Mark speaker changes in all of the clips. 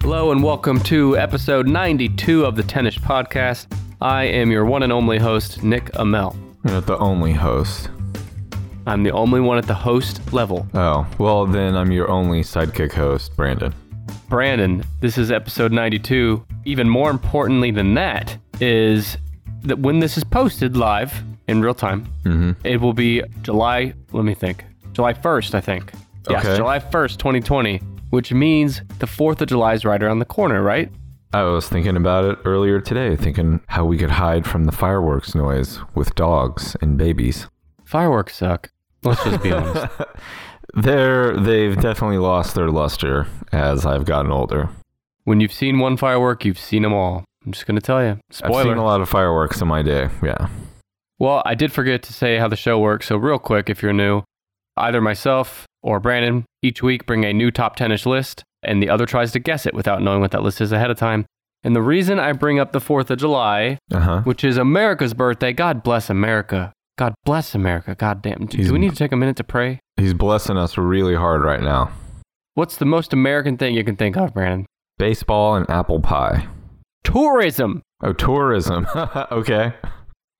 Speaker 1: Hello and welcome to episode 92 of the Tennis Podcast. I am your one and only host, Nick Amell.
Speaker 2: You're not the only host.
Speaker 1: I'm the only one at the host level.
Speaker 2: Oh, well, then I'm your only sidekick host, Brandon.
Speaker 1: Brandon, this is episode 92. Even more importantly than that is that when this is posted live in real time, it will be July, let me think, July 1st, I think. Yes,
Speaker 2: Okay.
Speaker 1: July 1st, 2020, which means the 4th of July is right around the corner, right?
Speaker 2: I was thinking about it earlier today, thinking how we could hide from the fireworks noise with dogs and babies.
Speaker 1: Fireworks suck. Let's just be honest.
Speaker 2: They're, they've definitely lost their luster as I've gotten older.
Speaker 1: When you've seen one firework, you've seen them all. I'm just going to tell you.
Speaker 2: I've
Speaker 1: Spoiler.
Speaker 2: seen a lot of fireworks in my day. Yeah.
Speaker 1: well, I did forget to say how the show works. So, real quick, if you're new, either myself or Brandon each week bring a new top 10 ish list, and the other tries to guess it without knowing what that list is ahead of time. And the reason I bring up the 4th of July,
Speaker 2: Uh huh.
Speaker 1: which is America's birthday, God bless America. God bless America. God damn. Do,
Speaker 2: He's-
Speaker 1: do we need to take a minute to pray?
Speaker 2: He's blessing us really hard right now.
Speaker 1: What's the most American thing you can think of, Brandon?
Speaker 2: Baseball and apple pie.
Speaker 1: Tourism.
Speaker 2: Oh, tourism. okay.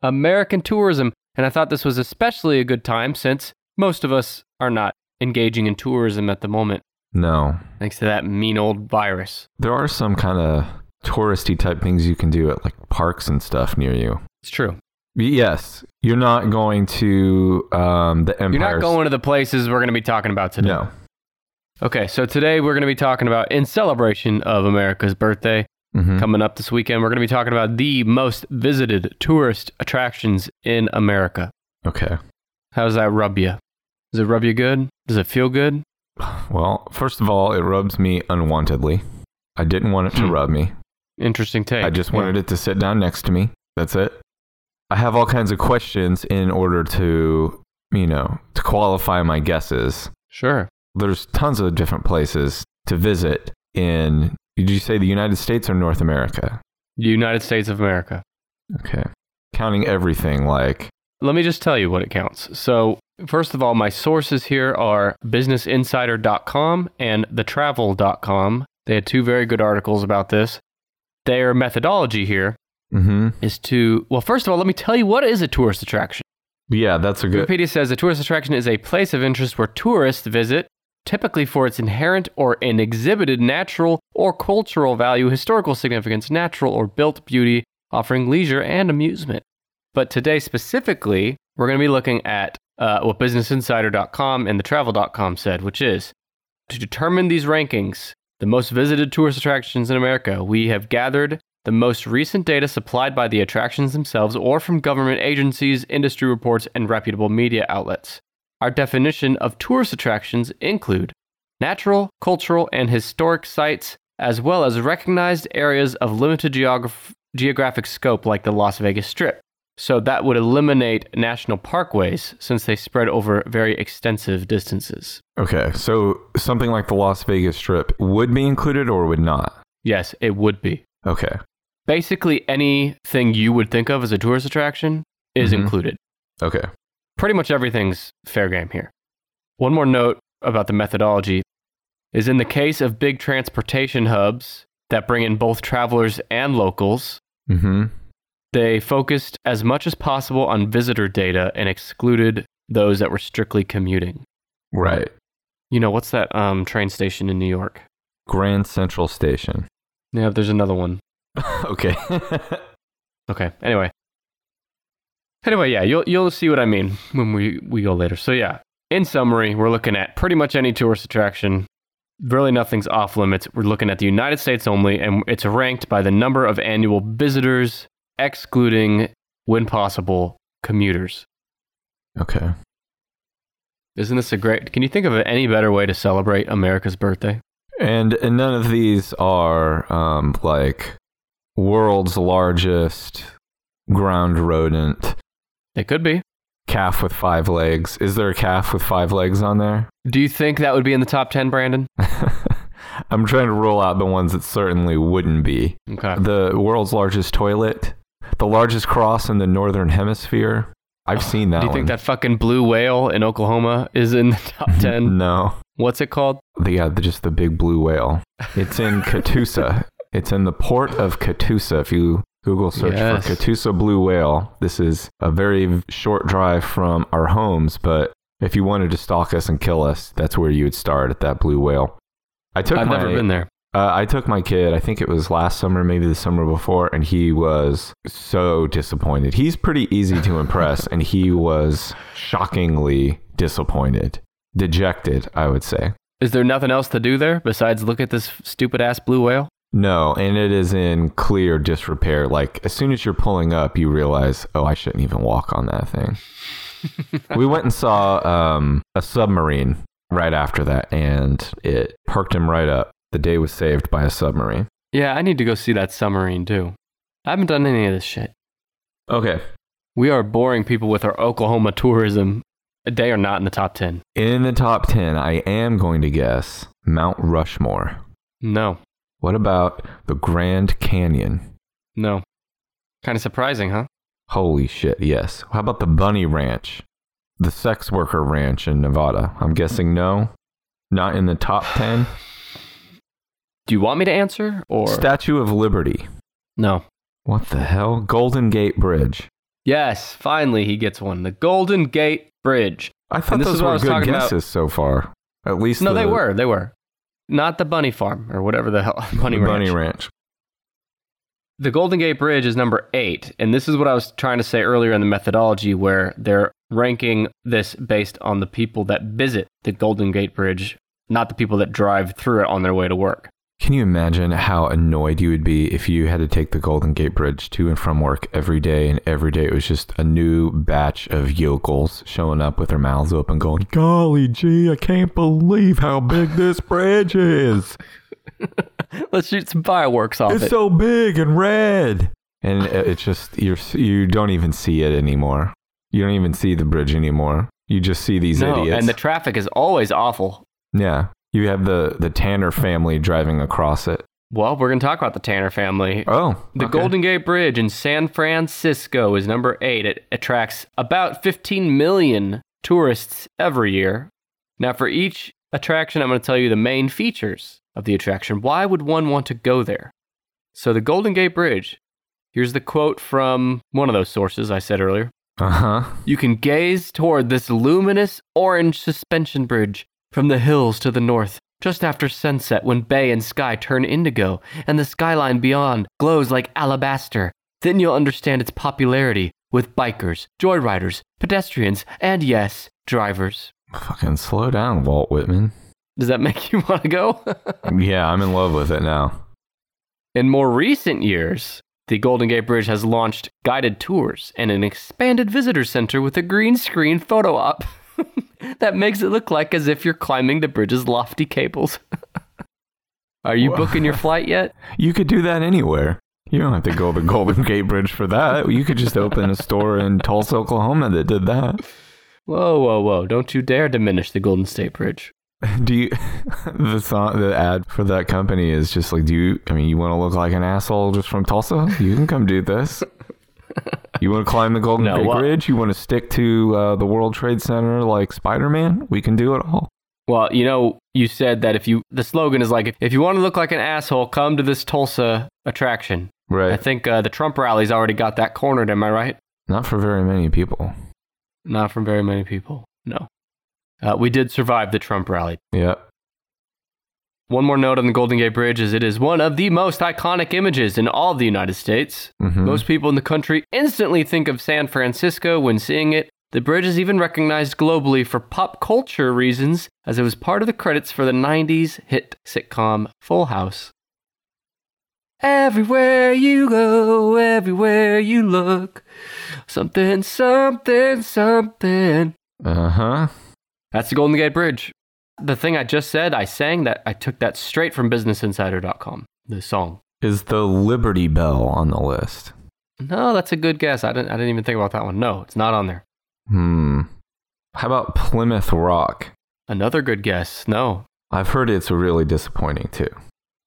Speaker 1: American tourism. And I thought this was especially a good time since most of us are not engaging in tourism at the moment,
Speaker 2: No,
Speaker 1: thanks to that mean old virus.
Speaker 2: There are some kind of touristy type things you can do at like parks and stuff near you.
Speaker 1: It's true.
Speaker 2: Y- Yes, you're not going to um, the Empire.
Speaker 1: You're not going to the places we're going to be talking about today.
Speaker 2: No.
Speaker 1: Okay, so today we're going to be talking about, in celebration of America's birthday
Speaker 2: hmm
Speaker 1: coming up this weekend, we're going to be talking about the most visited tourist attractions in America.
Speaker 2: Okay.
Speaker 1: How does that rub you? Does it rub you good? Does it feel good?
Speaker 2: Well, first of all, it rubs me unwantedly. I didn't want it to
Speaker 1: Hmm.
Speaker 2: rub me.
Speaker 1: Interesting take.
Speaker 2: I just wanted it to sit down next to me. That's it. I have all kinds of questions in order to, you know, to qualify my guesses.
Speaker 1: Sure.
Speaker 2: There's tons of different places to visit in, did you say the United States or North America?
Speaker 1: United States of America.
Speaker 2: Okay. Counting everything, like,
Speaker 1: Let me just tell you what it counts. So, first of all, my sources here are businessinsider.com and thetravel.com. They had two very good articles about this. Their methodology here
Speaker 2: mm-hmm.
Speaker 1: is to, well, first of all, let me tell you what is a tourist attraction.
Speaker 2: yeah, that's a good.
Speaker 1: Wikipedia says a tourist attraction is a place of interest where tourists visit, typically for its inherent or an exhibited natural or cultural value, historical significance, natural or built beauty, offering leisure and amusement. But today specifically, we're going to be looking at uh, what BusinessInsider.com and TheTravel.com said, which is to determine these rankings, the most visited tourist attractions in America, we have gathered the most recent data supplied by the attractions themselves or from government agencies, industry reports, and reputable media outlets. Our definition of tourist attractions include natural, cultural, and historic sites, as well as recognized areas of limited geograph- geographic scope like the Las Vegas Strip. So that would eliminate national parkways since they spread over very extensive distances.
Speaker 2: Okay, so something like the Las Vegas Strip would be included or would not.
Speaker 1: Yes, it would be.
Speaker 2: Okay.
Speaker 1: Basically, anything you would think of as a tourist attraction is
Speaker 2: Mhm.
Speaker 1: included.
Speaker 2: Okay.
Speaker 1: pretty much everything's fair game here. One more note about the methodology is in the case of big transportation hubs that bring in both travelers and locals,
Speaker 2: Mm-hmm.
Speaker 1: they focused as much as possible on visitor data and excluded those that were strictly commuting.
Speaker 2: Right.
Speaker 1: You know, what's that um, train station in New York?
Speaker 2: Grand Central Station.
Speaker 1: Yeah, there's another one.
Speaker 2: okay.
Speaker 1: Okay, anyway. Anyway, yeah, you'll, you'll see what I mean when we, we go later. So, yeah, in summary, we're looking at pretty much any tourist attraction. Really, nothing's off limits. We're looking at the United States only, and it's ranked by the number of annual visitors, excluding, when possible, commuters.
Speaker 2: okay.
Speaker 1: Isn't this a great? Can you think of any better way to celebrate America's birthday?
Speaker 2: And and none of these are um, like world's largest ground rodent
Speaker 1: It could be.
Speaker 2: calf with five legs. Is there a calf with five legs on there?
Speaker 1: Do you think that would be in the top 10, Brandon?
Speaker 2: I'm trying to rule out the ones that certainly wouldn't be.
Speaker 1: Okay.
Speaker 2: The world's largest toilet, the largest cross in the northern
Speaker 1: Ah,
Speaker 2: hemisphere. I've seen that.
Speaker 1: Do you think that fucking blue whale in Oklahoma is in the top 10?
Speaker 2: No,
Speaker 1: What's it called?
Speaker 2: The, yeah, the, just the big blue whale. It's in Catoosa. It's in the port of Catoosa. If you Google search
Speaker 1: Yes.
Speaker 2: for Catoosa blue whale, this is a very v- short drive from our homes. But if you wanted to stalk us and kill us, that's where you would start at that blue whale. I took
Speaker 1: I've
Speaker 2: my,
Speaker 1: never been there.
Speaker 2: Uh, I took my kid. I think it was last summer, maybe the summer before, and he was so disappointed. He's pretty easy to impress, and he was shockingly disappointed, dejected, I would say.
Speaker 1: Is there nothing else to do there besides look at this stupid ass blue whale?
Speaker 2: No, and it is in clear disrepair. Like as soon as you're pulling up, you realize, oh, I shouldn't even walk on that thing. we went and saw um, a submarine right after that, and it perked him right up. The day was saved by a submarine.
Speaker 1: Yeah, I need to go see that submarine too. I haven't done any of this shit.
Speaker 2: Okay.
Speaker 1: We are boring people with our Oklahoma tourism. They are not in the top 10.
Speaker 2: In the top 10, I am going to guess Mount Rushmore.
Speaker 1: No,
Speaker 2: What about the Grand Canyon?
Speaker 1: no. Kind of surprising, huh?
Speaker 2: Holy shit, yes. How about the Bunny Ranch? The sex worker ranch in Nevada? I'm guessing no. Not in the top 10.
Speaker 1: Do you want me to answer or
Speaker 2: Statue of Liberty.
Speaker 1: no?
Speaker 2: What the hell? Golden Gate Bridge.
Speaker 1: Yes, finally he gets one. The Golden Gate Bridge.
Speaker 2: I thought
Speaker 1: this
Speaker 2: those
Speaker 1: is what I
Speaker 2: were
Speaker 1: was
Speaker 2: good
Speaker 1: talking about.
Speaker 2: guesses so far. At least
Speaker 1: No,
Speaker 2: the,
Speaker 1: they were. They were. Not the Bunny Farm or whatever the hell. Bunny
Speaker 2: the
Speaker 1: Ranch.
Speaker 2: Bunny Ranch.
Speaker 1: The Golden Gate Bridge is number eight. And this is what I was trying to say earlier in the methodology where they're ranking this based on the people that visit the Golden Gate Bridge, not the people that drive through it on their way to work.
Speaker 2: Can you imagine how annoyed you would be if you had to take the Golden Gate Bridge to and from work every day, and every day it was just a new batch of yokels showing up with their mouths open, going, Golly gee, I can't believe how big this bridge is.
Speaker 1: Let's shoot some fireworks off
Speaker 2: It's
Speaker 1: it.
Speaker 2: so big and red. And it- it's just, you're, you don't even see it anymore. You don't even see the bridge anymore. You just see these
Speaker 1: No,
Speaker 2: idiots.
Speaker 1: and the traffic is always awful.
Speaker 2: yeah. You have the, the Tanner family driving across it.
Speaker 1: Well, we're going to talk about the Tanner family.
Speaker 2: Oh.
Speaker 1: The
Speaker 2: okay.
Speaker 1: Golden Gate Bridge in San Francisco is number eight. It attracts about 15 million tourists every year. Now, for each attraction, I'm going to tell you the main features of the attraction. Why would one want to go there? So, the Golden Gate Bridge, here's the quote from one of those sources I said earlier.
Speaker 2: Uh huh.
Speaker 1: You can gaze toward this luminous orange suspension bridge from the hills to the north just after sunset when bay and sky turn indigo and the skyline beyond glows like alabaster. Then you'll understand its popularity with bikers, joyriders, pedestrians, and yes, drivers.
Speaker 2: Fucking slow down, Walt Whitman.
Speaker 1: Does that make you want to go?
Speaker 2: yeah, I'm in love with it now.
Speaker 1: In more recent years, the Golden Gate Bridge has launched guided tours and an expanded visitor center with a green screen photo op that makes it look like as if you're climbing the bridge's lofty cables. Are you
Speaker 2: Wha-
Speaker 1: booking your flight yet?
Speaker 2: You could do that anywhere. You don't have to go to Golden Gate Bridge for that. You could just open a store in Tulsa, Oklahoma that did that.
Speaker 1: Whoa, whoa, whoa. Don't you dare diminish the Golden State Bridge.
Speaker 2: Do you the song the ad for that company is just like do you I mean you want to look like an asshole just from Tulsa? You can come do this. You want to climb the Golden
Speaker 1: No,
Speaker 2: Gate
Speaker 1: well-
Speaker 2: Bridge? You want to stick to uh, the World Trade Center like Spider-Man? We can do it all.
Speaker 1: Well, you know, you said that if you, the slogan is like, if you want to look like an asshole, come to this Tulsa attraction. I
Speaker 2: Right.
Speaker 1: think uh, the Trump rally's already got that cornered, am I right?
Speaker 2: Not for very many people.
Speaker 1: Not from very many people. No. Uh, we did survive the Trump rally.
Speaker 2: Yeah.
Speaker 1: One more note on the Golden Gate Bridge is it is one of the most iconic images in all of the United States.
Speaker 2: Mhm.
Speaker 1: Most people in the country instantly think of San Francisco when seeing it. The bridge is even recognized globally for pop culture reasons, as it was part of the credits for the 90s hit sitcom Full House. Everywhere you go, everywhere you look, something, something, something.
Speaker 2: Uh-huh.
Speaker 1: That's the Golden Gate Bridge. The thing I just said, I sang that, I took that straight from businessinsider.com, the song.
Speaker 2: Is the Liberty Bell on the list?
Speaker 1: No, that's a good guess. I didn't, I didn't even think about that one. No, it's not on there.
Speaker 2: Hmm. How about Plymouth Rock?
Speaker 1: Another good guess. No.
Speaker 2: I've heard it's really disappointing too.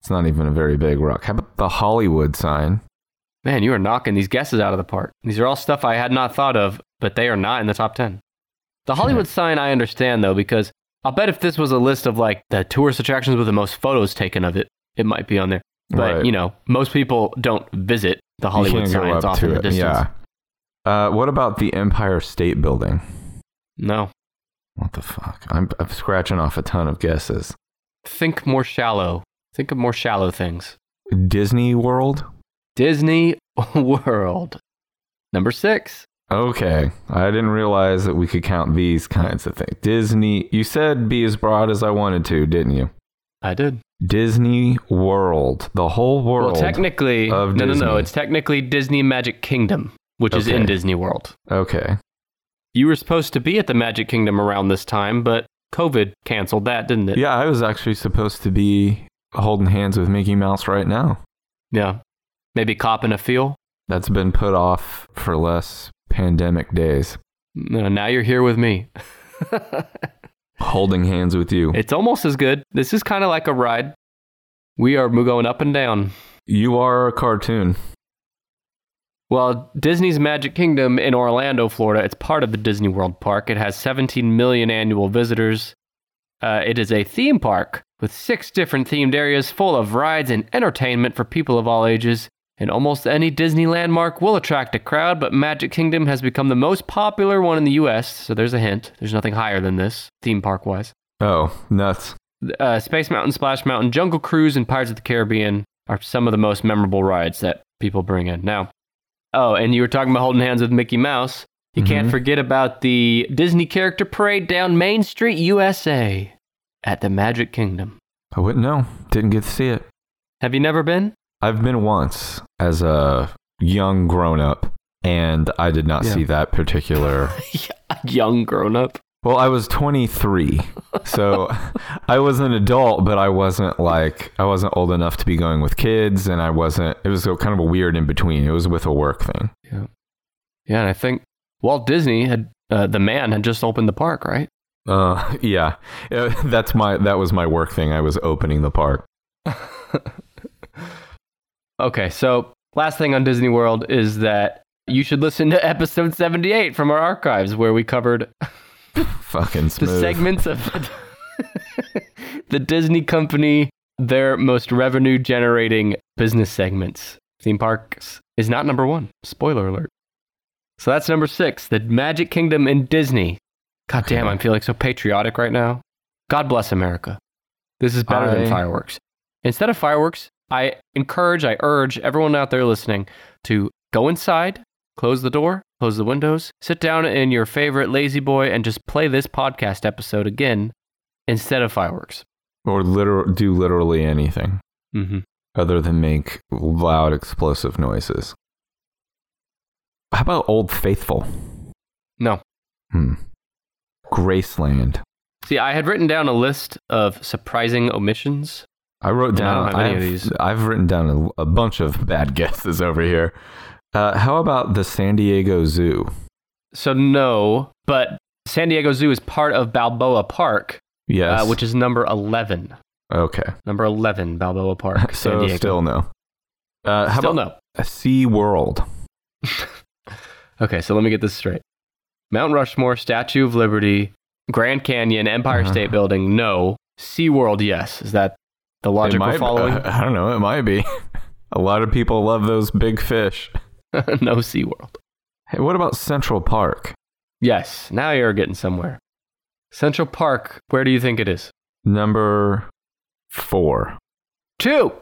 Speaker 2: It's not even a very big rock. How about the Hollywood sign?
Speaker 1: Man, you are knocking these guesses out of the park. These are all stuff I had not thought of, but they are not in the top 10. The Hollywood sign, I understand though, because I'll bet if this was a list of like the tourist attractions with the most photos taken of it, it might be on there. But
Speaker 2: Right.
Speaker 1: you know, most people don't visit the Hollywood
Speaker 2: You can't go
Speaker 1: sign. It's
Speaker 2: up
Speaker 1: off
Speaker 2: to
Speaker 1: in the
Speaker 2: it,
Speaker 1: distance.
Speaker 2: Yeah. Uh, what about the Empire State Building?
Speaker 1: No,
Speaker 2: What the fuck? I'm, I'm scratching off a ton of guesses.
Speaker 1: think more shallow. Think of more shallow things.
Speaker 2: Disney World?
Speaker 1: Disney World, number six.
Speaker 2: Okay. I didn't realize that we could count these kinds of things. Disney, you said be as broad as I wanted to, didn't you?
Speaker 1: I did.
Speaker 2: Disney World. The whole world.
Speaker 1: well, technically, no,
Speaker 2: of
Speaker 1: no, no.
Speaker 2: Disney.
Speaker 1: It's technically Disney Magic Kingdom, which is in
Speaker 2: Okay.
Speaker 1: Disney World.
Speaker 2: okay.
Speaker 1: You were supposed to be at the Magic Kingdom around this time, but COVID canceled that, didn't it?
Speaker 2: Yeah, I was actually supposed to be holding hands with Mickey Mouse right now.
Speaker 1: Yeah. Maybe copping a feel.
Speaker 2: That's been put off for less pandemic days.
Speaker 1: No, now you're here with me.
Speaker 2: Holding hands with you.
Speaker 1: It's almost as good. This is kind of like a ride. We are going up and down.
Speaker 2: You are a cartoon.
Speaker 1: Well, Disney's Magic Kingdom in Orlando, Florida, it's part of the Disney World Park. It has 17 million annual visitors. Uh, it is a theme park with six different themed areas full of rides and entertainment for people of all ages. And almost any Disney landmark will attract a crowd, but Magic Kingdom has become the most popular one in the US, so there's a hint. There's nothing higher than this, theme park wise.
Speaker 2: Oh, nuts.
Speaker 1: uh, Space Mountain, Splash Mountain, Jungle Cruise, and Pirates of the Caribbean are some of the most memorable rides that people bring in. Now, oh, and you were talking about holding hands with Mickey Mouse. You can't
Speaker 2: Mhm.
Speaker 1: forget about the Disney character parade down Main Street, USA, at the Magic Kingdom.
Speaker 2: I wouldn't know. Didn't get to see it.
Speaker 1: Have you never been?
Speaker 2: I've been once as a young grown up, and I did not
Speaker 1: Yeah.
Speaker 2: see that particular.
Speaker 1: Young grown up.
Speaker 2: well, I was 23, so I was an adult, but I wasn't like, I wasn't old enough to be going with kids, and I wasn't, it was a, kind of a weird in between. It was with a work thing.
Speaker 1: Yeah, and I think Walt Disney had uh, the man had just opened the park, right?
Speaker 2: Uh, yeah, Uh, that's my, that was my work thing. I was opening the park.
Speaker 1: Okay, so last thing on Disney World is that you should listen to episode 78 from our archives where we covered
Speaker 2: Fucking
Speaker 1: the
Speaker 2: smooth.
Speaker 1: segments of the Disney company, their most revenue generating business segments. Theme parks is not number one. Spoiler alert. So that's number six, the Magic Kingdom in Disney. God damn, I'm feeling so patriotic right now. God bless America. This is better than
Speaker 2: I-
Speaker 1: fireworks. Instead of fireworks, I encourage, I urge everyone out there listening to go inside, close the door, close the windows, sit down in your favorite lazy boy and just play this podcast episode again instead of fireworks.
Speaker 2: or literal, do literally anything.
Speaker 1: Mm-hmm.
Speaker 2: other than make loud explosive noises. How about Old Faithful?
Speaker 1: No.
Speaker 2: Hmm. Graceland.
Speaker 1: See, I had written down a list of surprising omissions.
Speaker 2: I wrote
Speaker 1: Yeah, I don't
Speaker 2: down.
Speaker 1: have any of
Speaker 2: I've-
Speaker 1: these.
Speaker 2: I've written down a, a bunch of bad guesses over here. Uh, how about the San Diego Zoo?
Speaker 1: So, no, but San Diego Zoo is part of Balboa Park,
Speaker 2: Yes.
Speaker 1: uh, which is number 11.
Speaker 2: okay.
Speaker 1: Number 11, Balboa Park. San
Speaker 2: So
Speaker 1: Diego.
Speaker 2: still no. Uh, how
Speaker 1: Still
Speaker 2: about
Speaker 1: no.
Speaker 2: a Sea World?
Speaker 1: Okay, so let me get this straight. Mount Rushmore, Statue of Liberty, Grand Canyon, Empire
Speaker 2: Uh-huh.
Speaker 1: State Building, no. SeaWorld, yes. Is that the logic
Speaker 2: It
Speaker 1: we're
Speaker 2: might- uh,
Speaker 1: following?
Speaker 2: I don't know. It might be. a lot of people love those big fish.
Speaker 1: no SeaWorld.
Speaker 2: Hey, what about Central Park?
Speaker 1: Yes, now you're getting somewhere. Central Park, where do you think it is?
Speaker 2: Number four.
Speaker 1: Two.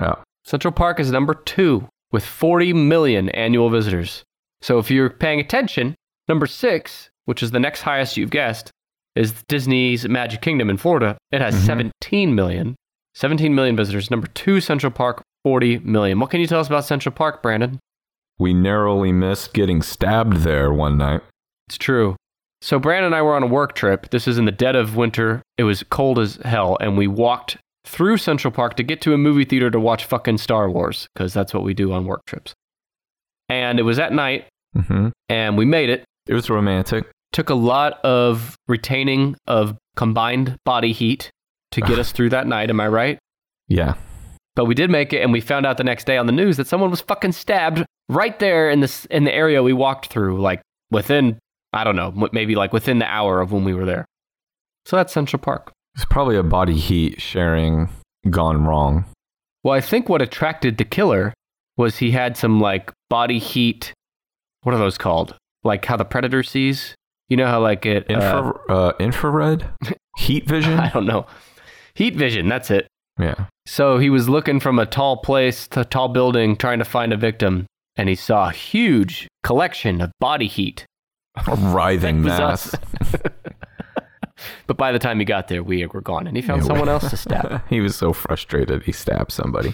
Speaker 2: Oh.
Speaker 1: Central Park is number two with 40 million annual visitors. So if you're paying attention, number six, which is the next highest you've guessed, is Disney's Magic Kingdom in Florida. It has
Speaker 2: Mhm.
Speaker 1: 17 million. 17 million visitors. Number two, Central Park, 40 million. What can you tell us about Central Park, Brandon?
Speaker 2: We narrowly missed getting stabbed there one night.
Speaker 1: It's true. So Brandon and I were on a work trip. This is in the dead of winter. It was cold as hell, and we walked through Central Park to get to a movie theater to watch fucking Star Wars because that's what we do on work trips. And it was at night,
Speaker 2: Mm-hmm.
Speaker 1: and we made it.
Speaker 2: It was romantic.
Speaker 1: Took a lot of retaining of combined body heat to get us through that night. Am I right?
Speaker 2: Yeah.
Speaker 1: But we did make it, and we found out the next day on the news that someone was fucking stabbed right there in this in the area we walked through, like within I don't know, m- maybe like within the hour of when we were there. So that's Central Park.
Speaker 2: It's probably a body heat sharing gone wrong.
Speaker 1: Well, I think what attracted the killer was he had some like body heat. What are those called? Like how the predator sees. You know how like it. uh,
Speaker 2: Infra- uh, infrared? heat vision?
Speaker 1: I don't know. Heat vision. That's it.
Speaker 2: Yeah.
Speaker 1: So he was looking from a tall place to a tall building, trying to find a victim, and he saw a huge collection of body heat.
Speaker 2: A writhing
Speaker 1: That
Speaker 2: mass.
Speaker 1: was But by the time he got there, we were gone, and he found
Speaker 2: Yeah, we-
Speaker 1: someone else to stab.
Speaker 2: he was so frustrated he stabbed somebody.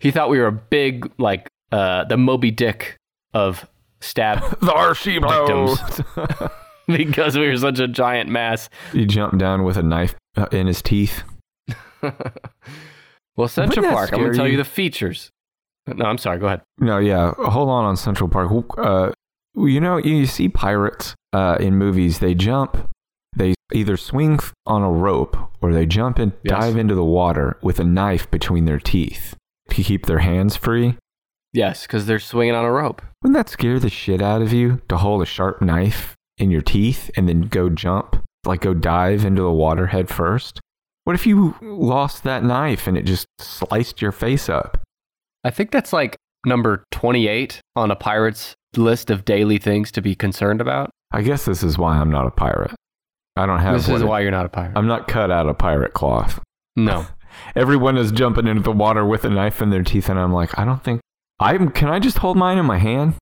Speaker 1: he thought we were a big, like uh, the Moby Dick of stab
Speaker 2: the RC
Speaker 1: blows. because we were such a giant mass.
Speaker 2: he jumped down with a knife uh, in his teeth.
Speaker 1: Well, Central
Speaker 2: that
Speaker 1: Park. I'm going
Speaker 2: scare
Speaker 1: to tell you
Speaker 2: you?
Speaker 1: the features. No, I'm sorry. Go ahead.
Speaker 2: No, yeah. Hold on on Central Park. Uh, you know, you, you see pirates uh, in movies. They jump, they either swing f- on a rope or they jump and
Speaker 1: Yes.
Speaker 2: dive into the water with a knife between their teeth to keep their hands free.
Speaker 1: Yes, because they're swinging on a rope.
Speaker 2: Wouldn't that scare the shit out of you to hold a sharp knife in your teeth and then go jump, like go dive into the water head first? What if you lost that knife and it just sliced your face up?
Speaker 1: I think that's like number 28 on a pirate's list of daily things to be concerned about.
Speaker 2: I guess this is why I'm not a pirate. I don't have
Speaker 1: This
Speaker 2: one
Speaker 1: is
Speaker 2: of
Speaker 1: why you're not a pirate.
Speaker 2: I'm not cut out of pirate cloth.
Speaker 1: Um, no.
Speaker 2: Everyone is jumping into the water with a knife in their teeth, and I'm like, I don't think I'm. Can I just hold mine in my hand?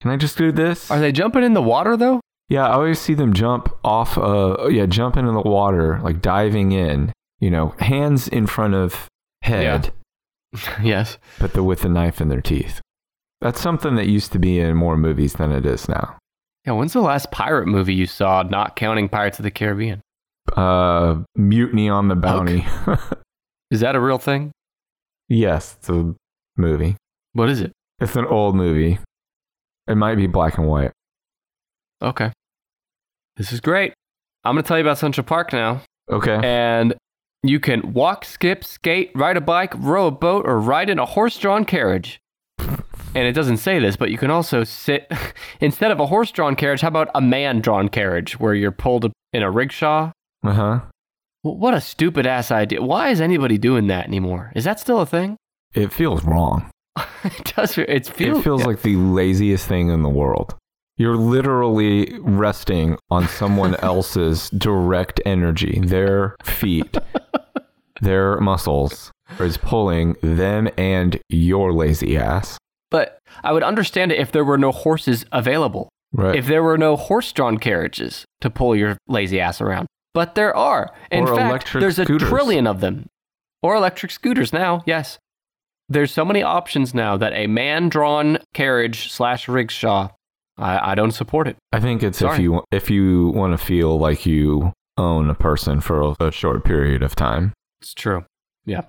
Speaker 2: Can I just do this?
Speaker 1: Are they jumping in the water though?
Speaker 2: yeah, I always see them jump off. Uh, yeah, jump into the water, like diving in. You know, hands in front of head,
Speaker 1: yes.
Speaker 2: but the with the knife in their teeth. That's something that used to be in more movies than it is now.
Speaker 1: Yeah, when's the last pirate movie you saw not counting Pirates of the Caribbean?
Speaker 2: Uh, Mutiny on the Bounty.
Speaker 1: Is that a real thing?
Speaker 2: yes, it's a movie.
Speaker 1: What is it?
Speaker 2: It's an old movie. It might be black and white.
Speaker 1: Okay. This is great. I'm going to tell you about Central Park now.
Speaker 2: Okay.
Speaker 1: And you can walk, skip, skate, ride a bike, row a boat, or ride in a horse drawn carriage. And it doesn't say this, but you can also sit instead of a horse drawn carriage. How about a man drawn carriage where you're pulled in a rickshaw?
Speaker 2: Uh huh.
Speaker 1: W- What a stupid ass idea. Why is anybody doing that anymore? Is that still a thing?
Speaker 2: It feels wrong.
Speaker 1: it does. It feels,
Speaker 2: it feels like the laziest thing in the world. You're literally resting on someone else's direct energy, their feet, their muscles is pulling them and your lazy ass.
Speaker 1: But I would understand it if there were no horses available.
Speaker 2: Right.
Speaker 1: If there were no horse-drawn carriages to pull your lazy ass around. But there are. In
Speaker 2: Or
Speaker 1: fact,
Speaker 2: electric
Speaker 1: there's
Speaker 2: scooters.
Speaker 1: a trillion of them. Or electric scooters now, yes. There's so many options now that a man-drawn carriage slash rickshaw, I, I don't support it.
Speaker 2: I think it's if
Speaker 1: Sorry.
Speaker 2: you if you want to feel like you own a person for a, a short period of time.
Speaker 1: It's true. Yeah.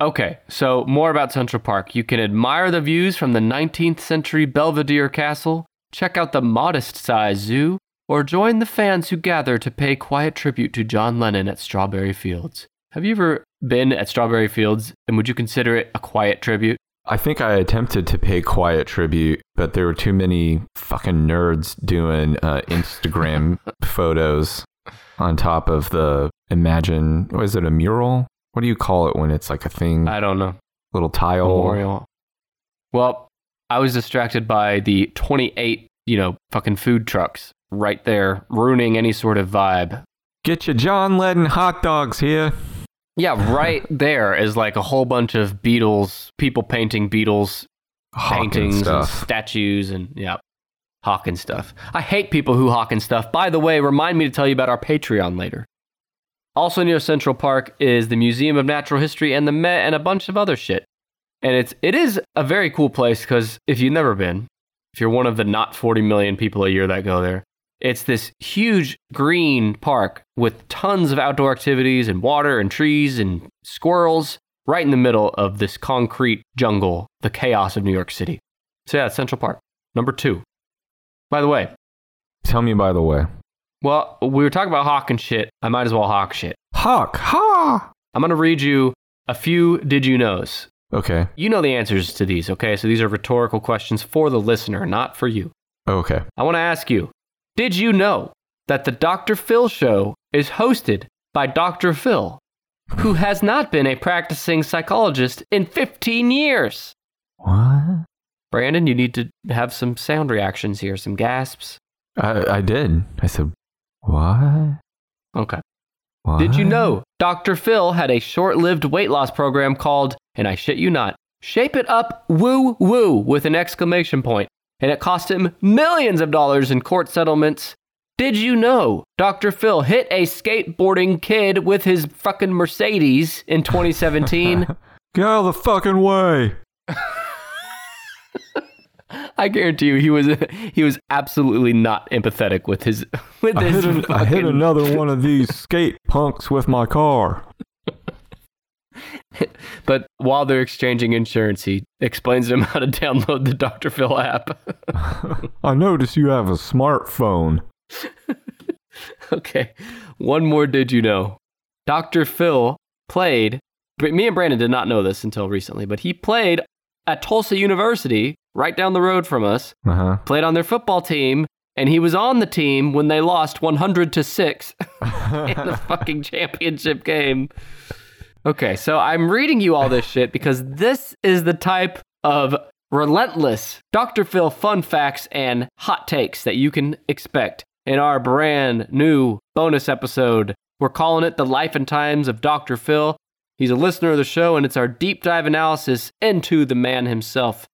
Speaker 1: Okay, so more about Central Park. You can admire the views from the 19th century Belvedere Castle, check out the modest sized zoo, or join the fans who gather to pay quiet tribute to John Lennon at Strawberry Fields. Have you ever been at Strawberry Fields and would you consider it a quiet tribute?
Speaker 2: I think I attempted to pay quiet tribute, but there were too many fucking nerds doing uh, Instagram photos on top of the imagine. What is it, a mural? What do you call it when it's like a thing,
Speaker 1: I don't know.
Speaker 2: little tile?
Speaker 1: Oh. Memorial. Well, I was distracted by the 28, you know, fucking food trucks right there, ruining any sort of vibe
Speaker 2: Get your John Lennon hot dogs here.
Speaker 1: Yeah, right there is like a whole bunch of Beatles, people painting Beatles
Speaker 2: Hawking
Speaker 1: paintings and
Speaker 2: stuff.
Speaker 1: statues and yeah, hawking stuff. I hate people who hawking stuff. By the way, remind me to tell you about our Patreon later. Also near Central Park is the Museum of Natural History and the Met and a bunch of other shit. And it's it is a very cool place because if you've never been, if you're one of the not 40 million people a year that go there, it's this huge green park with tons of outdoor activities and water and trees and squirrels right in the middle of this concrete jungle, the chaos of New York City. So yeah, Central Park. Number two. By the way,
Speaker 2: Tell me, by the way,
Speaker 1: well, we were talking about hawk and shit. I might as well hawk shit.
Speaker 2: hawk, ha.
Speaker 1: I'm gonna read you a few did you knows.
Speaker 2: Okay,
Speaker 1: You know the answers to these, okay? So these are rhetorical questions for the listener, not for you.
Speaker 2: okay.
Speaker 1: I want to ask you, did you know that the Dr. Phil show is hosted by Dr. Phil, who has not been a practicing psychologist in 15 years.
Speaker 2: What?
Speaker 1: Brandon, you need to have some sound reactions here, some gasps.
Speaker 2: I, I did. I said, what?
Speaker 1: Okay.
Speaker 2: what?
Speaker 1: Did you know Dr. Phil had a short lived weight loss program called, and I shit you not, Shape It Up Woo Woo with an exclamation point, and it cost him millions of dollars in court settlements? Did you know Dr. Phil hit a skateboarding kid with his fucking Mercedes in 2017?
Speaker 2: Get out of the fucking way.
Speaker 1: I guarantee you, he was he was absolutely not empathetic with his with
Speaker 2: I
Speaker 1: his
Speaker 2: hit, an, I hit
Speaker 1: fucking-
Speaker 2: another one of these skate punks with my car.
Speaker 1: But while they're exchanging insurance, he explains to him how to download the Dr. Phil app.
Speaker 2: I notice you have a smartphone.
Speaker 1: okay, one more did you know? Dr. Phil played, but me and Brandon did not know this until recently, but he played at Tulsa University, right down the road from us,
Speaker 2: Uh huh.
Speaker 1: played on their football team, and he was on the team when they lost 100 to 6 in the fucking championship game. Okay, so I'm reading you all this shit because this is the type of relentless Dr. Phil fun facts and hot takes that you can expect in our brand new bonus episode. We're calling it The Life and Times of Dr. Phil. He's a listener of the show, and it's our deep dive analysis into the man himself.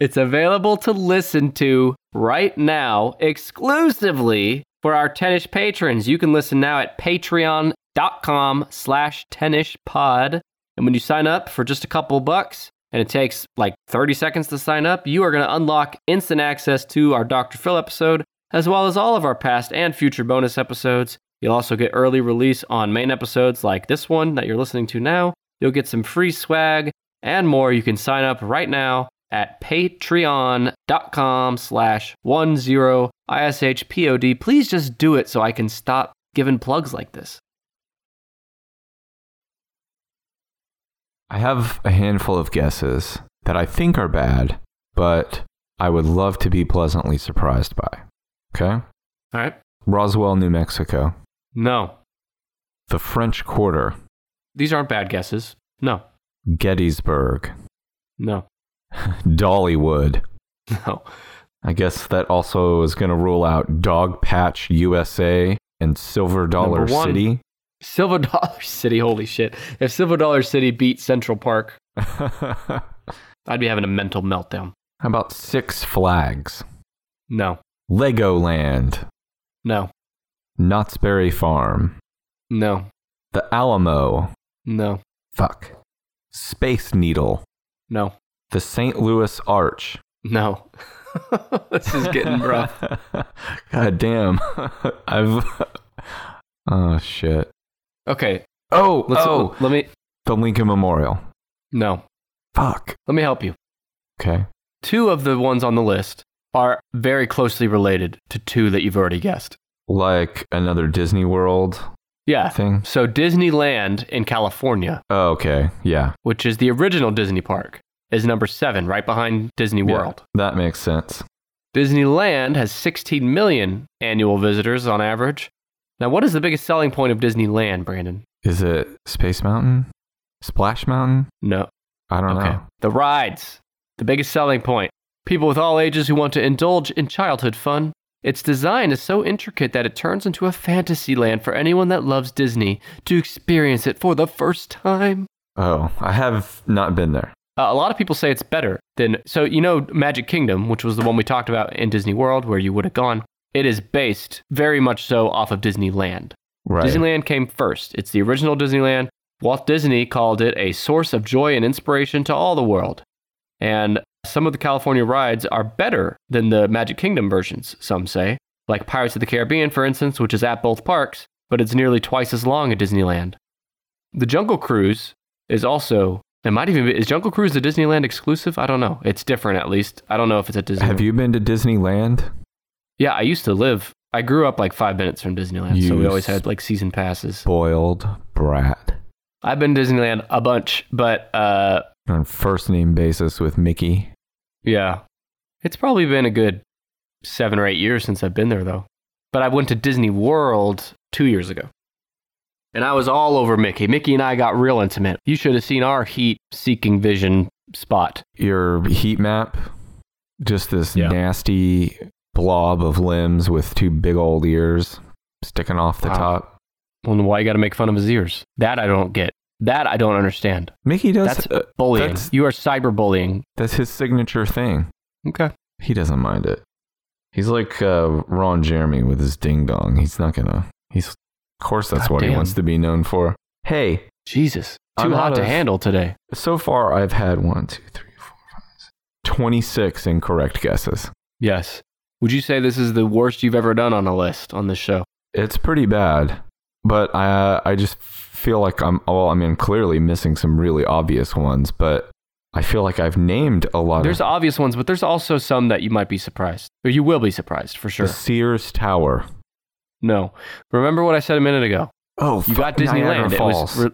Speaker 1: It's available to listen to right now exclusively for our Tennish patrons. You can listen now at patreon.com slash tennishpod. And when you sign up for just a couple bucks, and it takes like 30 seconds to sign up, you are going to unlock instant access to our Dr. Phil episode, as well as all of our past and future bonus episodes. You'll also get early release on main episodes like this one that you're listening to now. You'll get some free swag and more. You can sign up right now at patreon.com slash 10ishpod. Please just do it so I can stop giving plugs like this.
Speaker 2: I have a handful of guesses that I think are bad, but I would love to be pleasantly surprised by. Okay?
Speaker 1: All right.
Speaker 2: Roswell, New Mexico.
Speaker 1: No,
Speaker 2: The French Quarter.
Speaker 1: these aren't bad guesses. No,
Speaker 2: Gettysburg.
Speaker 1: no,
Speaker 2: Dollywood.
Speaker 1: no.
Speaker 2: I guess that also is going to rule out Dog Patch USA and Silver Dollar
Speaker 1: Number one.
Speaker 2: City.
Speaker 1: Silver Dollar City, holy shit. If Silver Dollar City beat Central Park,
Speaker 2: How
Speaker 1: I'd be having a mental meltdown.
Speaker 2: about Six Flags?
Speaker 1: No,
Speaker 2: Legoland.
Speaker 1: no,
Speaker 2: Knott's Berry Farm.
Speaker 1: no,
Speaker 2: The Alamo.
Speaker 1: no,
Speaker 2: Fuck. Space Needle.
Speaker 1: no,
Speaker 2: The St. Louis Arch.
Speaker 1: no. this is getting rough.
Speaker 2: God damn. I've. Oh, shit.
Speaker 1: Okay,
Speaker 2: Oh,
Speaker 1: let's,
Speaker 2: oh.
Speaker 1: let me,
Speaker 2: The Lincoln Memorial.
Speaker 1: no,
Speaker 2: Fuck.
Speaker 1: let me help you.
Speaker 2: Okay.
Speaker 1: Two of the ones on the list are very closely related to two that you've already guessed.
Speaker 2: Like another Disney World
Speaker 1: Yeah.
Speaker 2: thing.
Speaker 1: So Disneyland in California,
Speaker 2: Oh, okay. Yeah.
Speaker 1: which is the original Disney park, is number seven, right behind Disney
Speaker 2: Yeah.
Speaker 1: World.
Speaker 2: That makes sense.
Speaker 1: Disneyland has 16 million annual visitors on average. Now, what is the biggest selling point of Disneyland, Brandon?
Speaker 2: Is it Space Mountain? Splash Mountain?
Speaker 1: No.
Speaker 2: I don't know.
Speaker 1: The rides. The biggest selling point. People with all ages who want to indulge in childhood fun. Its design is so intricate that it turns into a fantasy land for anyone that loves Disney to experience it for the first time.
Speaker 2: Oh, I have not been there.
Speaker 1: Uh, a lot of people say it's better than. So, you know, Magic Kingdom, which was the one we talked about in Disney World where you would have gone, it is based very much so off of Disneyland.
Speaker 2: Right.
Speaker 1: Disneyland came first. It's the original Disneyland. Walt Disney called it a source of joy and inspiration to all the world. And some of the California rides are better than the Magic Kingdom versions, some say, like Pirates of the Caribbean, for instance, which is at both parks, but it's nearly twice as long at Disneyland. The Jungle Cruise is also, it might even be, is Jungle Cruise a Disneyland exclusive? I don't know. It's different, at least. I don't know if it's at Disneyland.
Speaker 2: Have you been to Disneyland?
Speaker 1: Yeah, I used to live, I grew up like five minutes from Disneyland, so we
Speaker 2: You
Speaker 1: always had like season passes.
Speaker 2: Boiled brat.
Speaker 1: I've been to Disneyland a bunch, but uh,
Speaker 2: On first name basis with Mickey.
Speaker 1: yeah, it's probably been a good seven or eight years since I've been there, though. But I went to Disney World two years ago. And I was all over Mickey. Mickey and I got real intimate. You should have seen our heat seeking vision spot.
Speaker 2: Your heat map, just this
Speaker 1: Yeah.
Speaker 2: nasty blob of limbs with two big old ears sticking off the
Speaker 1: Wow.
Speaker 2: top.
Speaker 1: Well, then why you got to make fun of his ears? That I don't get. That I don't understand.
Speaker 2: Mickey does
Speaker 1: That's
Speaker 2: uh,
Speaker 1: Bullying.
Speaker 2: That's-
Speaker 1: you are cyberbullying.
Speaker 2: that's his signature thing.
Speaker 1: Okay.
Speaker 2: He doesn't mind it. He's like uh, Ron Jeremy with his ding dong. He's not gonna. He's of course that's
Speaker 1: God
Speaker 2: what he
Speaker 1: damn.
Speaker 2: wants to be known for. Hey,
Speaker 1: Jesus. Too
Speaker 2: I'm
Speaker 1: hot
Speaker 2: out
Speaker 1: to
Speaker 2: of-
Speaker 1: handle today.
Speaker 2: so far I've had one, two, three, four, five, six, 26 incorrect guesses.
Speaker 1: Yes. Would you say this is the worst you've ever done on a list on this show?
Speaker 2: It's pretty bad, but I I just feel like I'm well. I mean, clearly missing some really obvious ones, but I feel like I've named a lot
Speaker 1: There's
Speaker 2: of
Speaker 1: obvious ones, but there's also some that you might be surprised. Or you will be surprised for sure.
Speaker 2: the Sears Tower.
Speaker 1: No. Remember what I said a minute ago.
Speaker 2: Oh,
Speaker 1: You got
Speaker 2: fuck, Niagara
Speaker 1: Disneyland. It was
Speaker 2: Falls.
Speaker 1: re-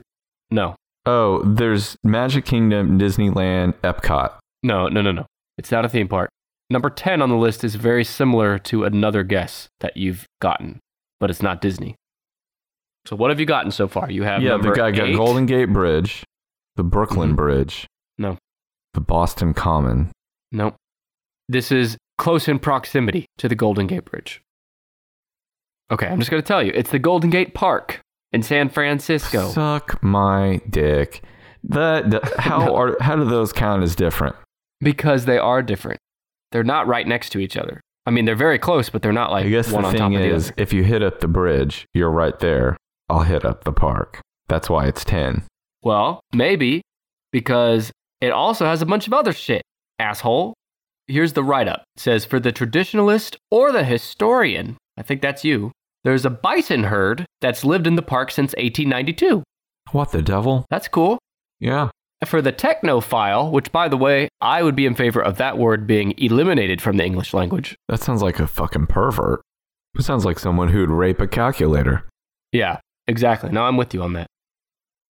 Speaker 1: no,
Speaker 2: oh, there's Magic Kingdom, Disneyland, Epcot.
Speaker 1: no, no, no, no. It's not a theme park. Number 10 on the list is very similar to another guess that you've gotten, but it's not Disney. So what have you gotten so far? You have
Speaker 2: yeah, the
Speaker 1: number
Speaker 2: guy got
Speaker 1: eight.
Speaker 2: Golden Gate Bridge, the Brooklyn
Speaker 1: Mhm.
Speaker 2: Bridge.
Speaker 1: No.
Speaker 2: The Boston Common.
Speaker 1: Nope. This is close in proximity to the Golden Gate Bridge. Okay, I'm just going to tell you. It's the Golden Gate Park in San Francisco.
Speaker 2: Suck my dick. That, that- how
Speaker 1: No.
Speaker 2: are how do those count as different?
Speaker 1: Because they are different. They're not right next to each other. I mean, they're very close, but they're not like
Speaker 2: I guess
Speaker 1: one
Speaker 2: the
Speaker 1: on top
Speaker 2: thing
Speaker 1: of the
Speaker 2: is,
Speaker 1: other.
Speaker 2: if you hit up the bridge, you're right there. I'll hit up the park. That's why it's ten.
Speaker 1: Well, maybe because it also has a bunch of other shit, asshole. Here's the write up. It says for the traditionalist or the historian, I think that's you. There's a bison herd that's lived in the park since 1892.
Speaker 2: What the devil?
Speaker 1: That's cool.
Speaker 2: Yeah.
Speaker 1: For the technophile, which by the way, I would be in favor of that word being eliminated from the English language.
Speaker 2: That sounds like a fucking pervert. It sounds like someone who'd rape a calculator.
Speaker 1: Yeah, exactly. No, I'm with you on that.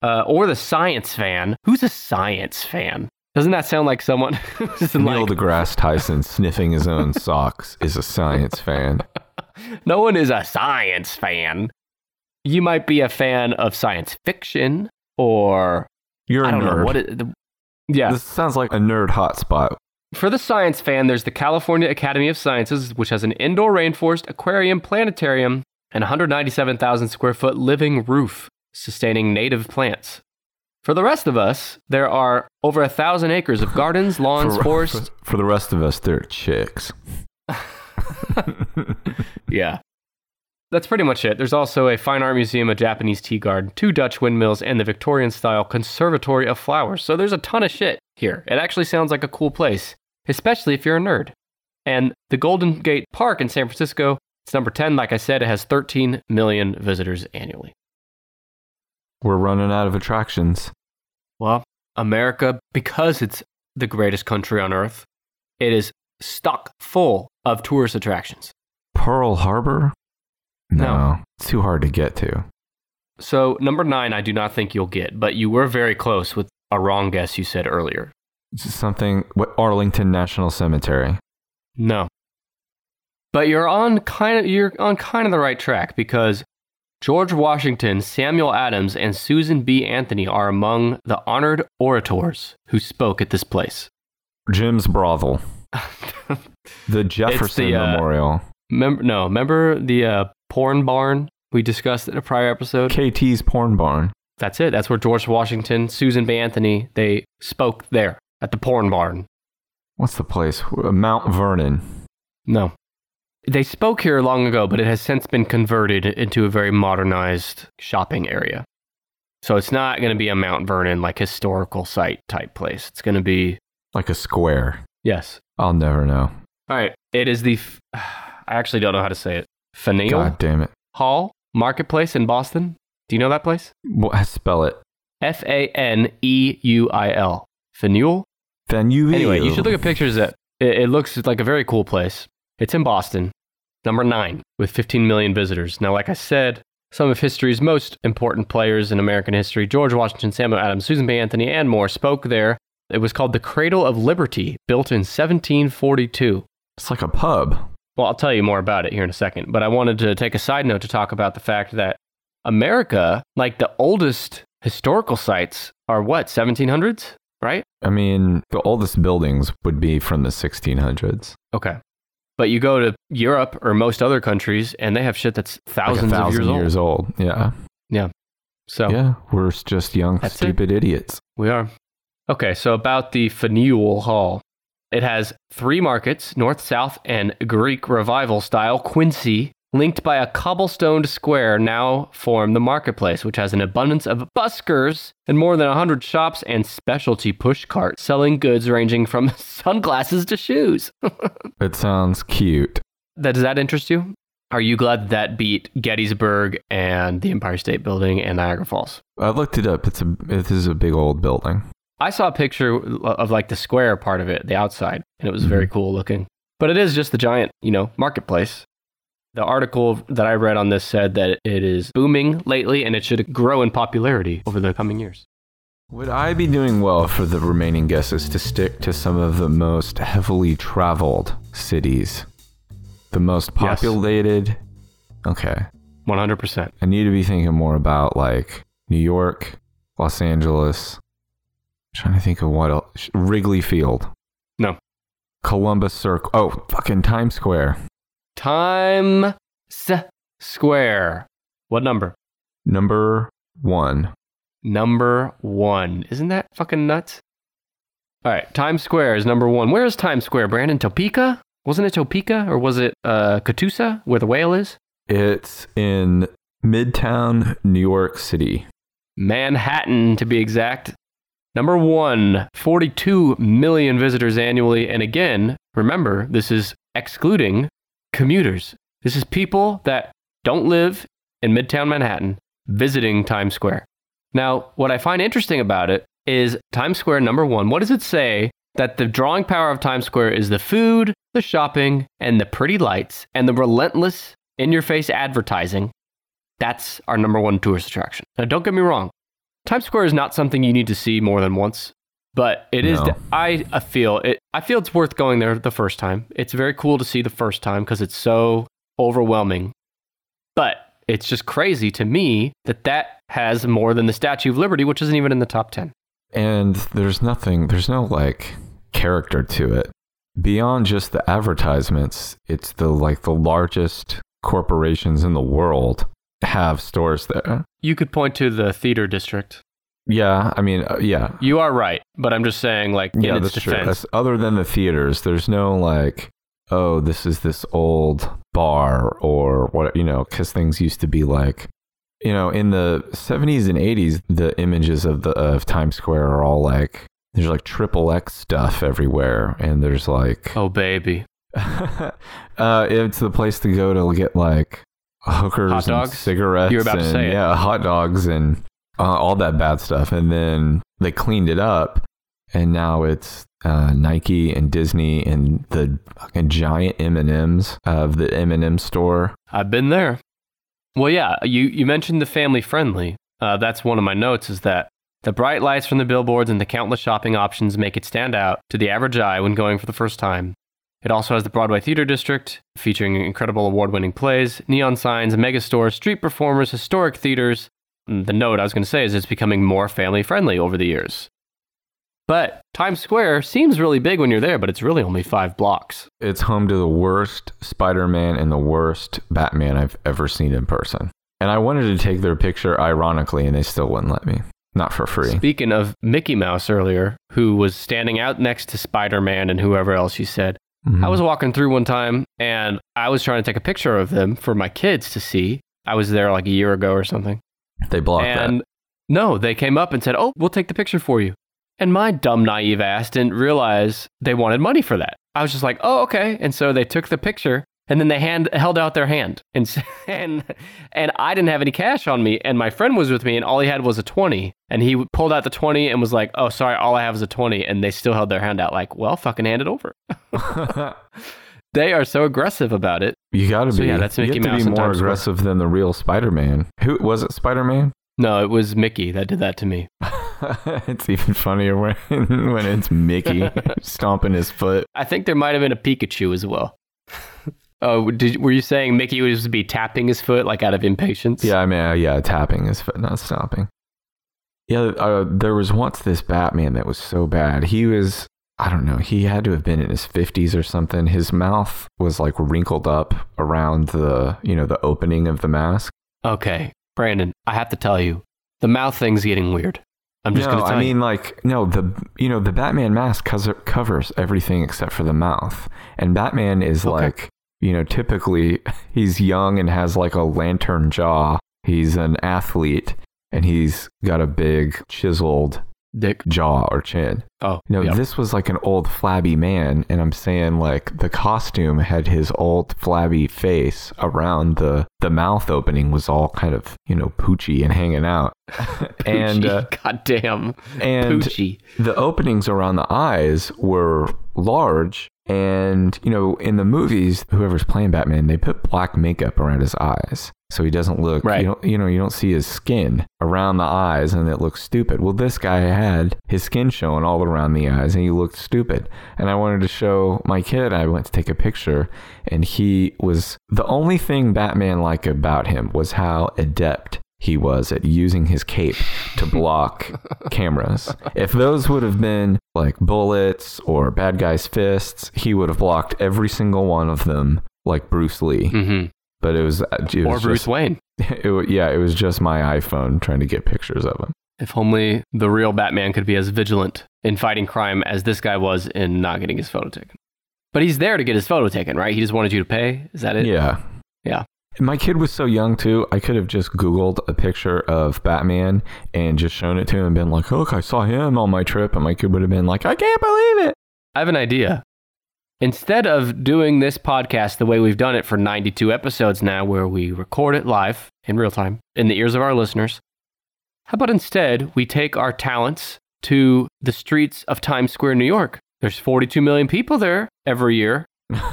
Speaker 1: Uh, or the science fan. Who's a science fan? Doesn't that sound like someone who's
Speaker 2: Neil
Speaker 1: like,
Speaker 2: deGrasse Tyson sniffing his own socks is a science fan.
Speaker 1: no one is a science fan. You might be a fan of science fiction or
Speaker 2: You're a
Speaker 1: I don't
Speaker 2: nerd.
Speaker 1: know what it, the, yeah.
Speaker 2: This sounds like a nerd hotspot.
Speaker 1: For the science fan, there's the California Academy of Sciences, which has an indoor rainforest, aquarium, planetarium, and 197,000 square foot living roof sustaining native plants. For the rest of us, there are over a thousand acres of gardens, lawns,
Speaker 2: for,
Speaker 1: forests.
Speaker 2: for- for the rest of us, they're chicks.
Speaker 1: Yeah. That's pretty much it. There's also a fine art museum, a Japanese tea garden, two Dutch windmills, and the Victorian style conservatory of flowers. So there's a ton of shit here. It actually sounds like a cool place, especially if you're a nerd. And the Golden Gate Park in San Francisco, it's number 10. Like I said, it has 13 million visitors annually.
Speaker 2: We're running out of attractions.
Speaker 1: Well, America, because it's the greatest country on earth, it is stock full of tourist attractions.
Speaker 2: Pearl Harbor? No.
Speaker 1: No.
Speaker 2: It's too hard to get to.
Speaker 1: So number nine, I do not think you'll get, but you were very close with a wrong guess you said earlier.
Speaker 2: It's something. What, Arlington National Cemetery.
Speaker 1: No. But you're on kind of you're on kind of the right track because George Washington, Samuel Adams, and Susan B. Anthony are among the honored orators who spoke at this place.
Speaker 2: Jim's Brothel. The Jefferson
Speaker 1: uh,
Speaker 2: Memorial.
Speaker 1: remember, no, remember the uh, porn barn we discussed in a prior episode.
Speaker 2: KT's Porn Barn.
Speaker 1: That's it. That's where George Washington, Susan B. Anthony, they spoke there at the porn barn.
Speaker 2: What's the place? Uh, Mount Vernon.
Speaker 1: No. They spoke here long ago, but it has since been converted into a very modernized shopping area. So it's not going to be a Mount Vernon, like historical site type place. It's going to be,
Speaker 2: Like a square.
Speaker 1: yes.
Speaker 2: I'll never know.
Speaker 1: All right. It is the, f- I actually don't know how to say it, Faneuil
Speaker 2: God damn it.
Speaker 1: Hall Marketplace in Boston. Do you know that place?
Speaker 2: Wha- Spell it.
Speaker 1: F A N E U I L. Faneuil
Speaker 2: Then you.
Speaker 1: Anyway, you should look at pictures. That it, it looks like a very cool place. It's in Boston, number nine, with 15 million visitors. Now, like I said, some of history's most important players in American history, George Washington, Samuel Adams, Susan B. Anthony, and more, spoke there. It was called the Cradle of Liberty, built in 1742.
Speaker 2: It's like a pub.
Speaker 1: Well, I'll tell you more about it here in a second, but I wanted to take a side note to talk about the fact that America, like the oldest historical sites, are what, 1700s, right?
Speaker 2: I mean, the oldest buildings would be from the 1600s.
Speaker 1: Okay. But you go to Europe or most other countries and they have shit that's
Speaker 2: Like a
Speaker 1: thousands
Speaker 2: thousand
Speaker 1: of years, old.
Speaker 2: years old. Yeah.
Speaker 1: So
Speaker 2: Yeah. We're just young,
Speaker 1: That's it.
Speaker 2: stupid idiots.
Speaker 1: We are. Okay, so about the Faneuil Hall. It has three markets north, south, and Greek revival style Quincy, linked by a cobblestoned square, now form the marketplace, which has an abundance of buskers and more than 100 shops and specialty push carts selling goods ranging from sunglasses to shoes.
Speaker 2: It sounds cute.
Speaker 1: That, does that interest you? Are you glad that beat Gettysburg and the Empire State Building and Niagara Falls?
Speaker 2: I looked it up. It's a it is a big old building.
Speaker 1: I saw a picture of like the square part of it, the outside, and it was very cool looking. But it is just the giant, you know, marketplace. The article that I read on this said that it is booming lately and it should grow in popularity over the coming years.
Speaker 2: Would I be doing well for the remaining guesses to stick to some of the most heavily traveled cities? The most
Speaker 1: Yes.
Speaker 2: populated? Okay.
Speaker 1: 100%.
Speaker 2: I need to be thinking more about like New York, Los Angeles. trying to think of what else. Wrigley Field.
Speaker 1: No.
Speaker 2: Columbus Circle. Oh, fucking Times Square.
Speaker 1: Times Square. What number?
Speaker 2: Number one.
Speaker 1: Number one. Isn't that fucking nuts? All right, Times Square is number one. Where is Times Square, Brandon? Topeka? Wasn't it Topeka or was it uh, Catoosa, where the whale is?
Speaker 2: It's in Midtown, New York City.
Speaker 1: Manhattan, to be exact. Number one, 42 million visitors annually. And again, remember, this is excluding commuters. This is people that don't live in Midtown Manhattan visiting Times Square. Now, what I find interesting about it is Times Square, number one, what does it say that the drawing power of Times Square is the food, the shopping, and the pretty lights, and the relentless in your face advertising? That's our number one tourist attraction. Now, don't get me wrong, Times Square is not something you need to see more than once, but it is.
Speaker 2: No.
Speaker 1: the- I I feel it. I feel it's worth going there the first time. It's very cool to see the first time because it's so overwhelming. But it's just crazy to me that that has more than the Statue of Liberty, which isn't even in the top ten.
Speaker 2: and there's nothing there's no like character to it beyond just the advertisements it's the like the largest corporations in the world have stores there
Speaker 1: You could point to the theater district.
Speaker 2: yeah i mean uh, yeah
Speaker 1: You are right, but I'm just saying, like, in
Speaker 2: yeah
Speaker 1: its
Speaker 2: that's true
Speaker 1: defense,
Speaker 2: That's- other than the theaters there's no like oh this is this old bar or what you know because things used to be like you know in the 70s and 80s the images of the of times square are all like there's like triple x stuff everywhere and there's like
Speaker 1: oh baby,
Speaker 2: uh, it's the place to go to get like hookers
Speaker 1: Hot
Speaker 2: and
Speaker 1: dogs?
Speaker 2: cigarettes
Speaker 1: You were about to
Speaker 2: and
Speaker 1: say it.
Speaker 2: yeah hot dogs and uh, all that bad stuff and then they cleaned it up and now it's uh, Nike and Disney and the fucking giant M&Ms of the M&M store
Speaker 1: I've been there. Well, yeah, you you mentioned the family friendly. Uh, that's one of my notes. Is that the bright lights from the billboards and the countless shopping options make it stand out to the average eye when going for the first time. It also has the Broadway Theater District, featuring incredible award-winning plays, neon signs, mega stores, street performers, historic theaters. And The note I was going to say is it's becoming more family-friendly over the years. But Times Square seems really big when you're there, but it's really only five blocks.
Speaker 2: it's home to the worst Spider-Man and the worst Batman I've ever seen in person and I wanted to take their picture ironically and they still wouldn't let me not for free
Speaker 1: Speaking of Mickey Mouse earlier, who was standing out next to Spider Man and whoever else you said,
Speaker 2: Mhm.
Speaker 1: I was walking through one time and I was trying to take a picture of them for my kids to see. I was there like a year ago or something.
Speaker 2: they blocked that
Speaker 1: and no, they came up and said, Oh, we'll take the picture for you. And my dumb, naive ass didn't realize they wanted money for that. I was just like, Oh, okay. And so they took the picture and then they hand, held out their hand. And, s- and, and I didn't have any cash on me. And my friend was with me and all he had was a 20. And he pulled out the 20 and was like, Oh, sorry, all I have is a 20. And they still held their hand out, like, Well, fucking hand it over. They are so aggressive about it.
Speaker 2: you gotta be.
Speaker 1: So yeah, that's Mickey
Speaker 2: you
Speaker 1: Mouse
Speaker 2: have to
Speaker 1: and
Speaker 2: be more
Speaker 1: Times Square.
Speaker 2: aggressive than the real Spider-Man. Who was it? Spider-Man.
Speaker 1: No, it was Mickey that did that to me.
Speaker 2: it's even funnier when when it's Mickey stomping his foot.
Speaker 1: I think there might have been a Pikachu as well. Oh, did, were you saying Mickey would just be tapping his foot like out of impatience?
Speaker 2: Yeah, I mean, uh, yeah, tapping is f- not stopping. Yeah, uh, there was once this Batman that was so bad. He was, I don't know, he had to have been in his 50s or something. His mouth was like wrinkled up around the, you know, the opening of the mask.
Speaker 1: Okay, Brandon, I have to tell you, the mouth thing's getting weird. I'm just
Speaker 2: no,
Speaker 1: gonna tell
Speaker 2: I mean,
Speaker 1: you.
Speaker 2: like, no, the, you know, the Batman mask cos- covers everything except for the mouth. And Batman is
Speaker 1: Okay.
Speaker 2: like, you know, typically he's young and has like a lantern jaw. He's an athlete and he's got a big chiseled
Speaker 1: Dick.
Speaker 2: jaw or chin.
Speaker 1: Oh,
Speaker 2: No,
Speaker 1: yeah.
Speaker 2: this was like an old flabby man, and I'm saying like the costume had his old flabby face around the the mouth opening was all kind of you know poochy and hanging out, and uh,
Speaker 1: goddamn
Speaker 2: and
Speaker 1: Poochie.
Speaker 2: the openings around the eyes were large, and you know in the movies, whoever's playing Batman, they put black makeup around his eyes. So he doesn't look
Speaker 1: Right.
Speaker 2: You, don't, you know you don't see his skin around the eyes, and it looks stupid. Well, this guy had his skin showing all around the eyes, and he looked stupid. And I wanted to show my kid. I went to take a picture, and he was the only thing Batman like about him was how adept he was at using his cape to block cameras. If those would have been like bullets or bad guys' fists, he would have blocked every single one of them like Bruce Lee.
Speaker 1: hmm
Speaker 2: But it was, it was
Speaker 1: Or
Speaker 2: just-
Speaker 1: Bruce Wayne.
Speaker 2: it, wa- yeah, it was just my iPhone trying to get pictures of him.
Speaker 1: If only the real Batman could be as vigilant in fighting crime as this guy was in not getting his photo taken. But he's there to get his photo taken, right? He just wanted you to pay. Is that it?
Speaker 2: yeah.
Speaker 1: Yeah.
Speaker 2: My kid was so young too. I could have just Googled a picture of Batman and just shown it to him and been like, look, I saw him on my trip. And my kid would have been like, I can't believe it.
Speaker 1: I have an idea. Instead of doing this podcast the way we've done it for 92 episodes now, where we record it live in real time in the ears of our listeners, how about instead we take our talents to the streets of Times Square, New York? There's 42 million people there every year,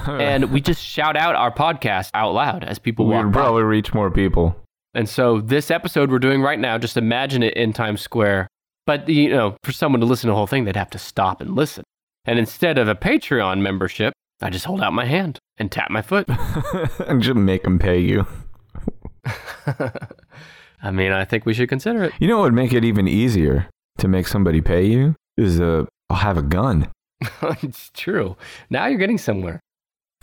Speaker 1: and we just shout out our podcast out loud as people
Speaker 2: we
Speaker 1: walk
Speaker 2: would
Speaker 1: by.
Speaker 2: probably reach more people.
Speaker 1: And so this episode we're doing right now, just imagine it in Times Square. But you know, for someone to listen to the whole thing, they'd have to stop and listen. And instead of a Patreon membership, I just hold out my hand and tap my foot.
Speaker 2: and just make them pay you.
Speaker 1: I mean, I think we should consider it.
Speaker 2: You know what would make it even easier to make somebody pay you is uh, I'll have a gun.
Speaker 1: it's true. Now you're getting somewhere.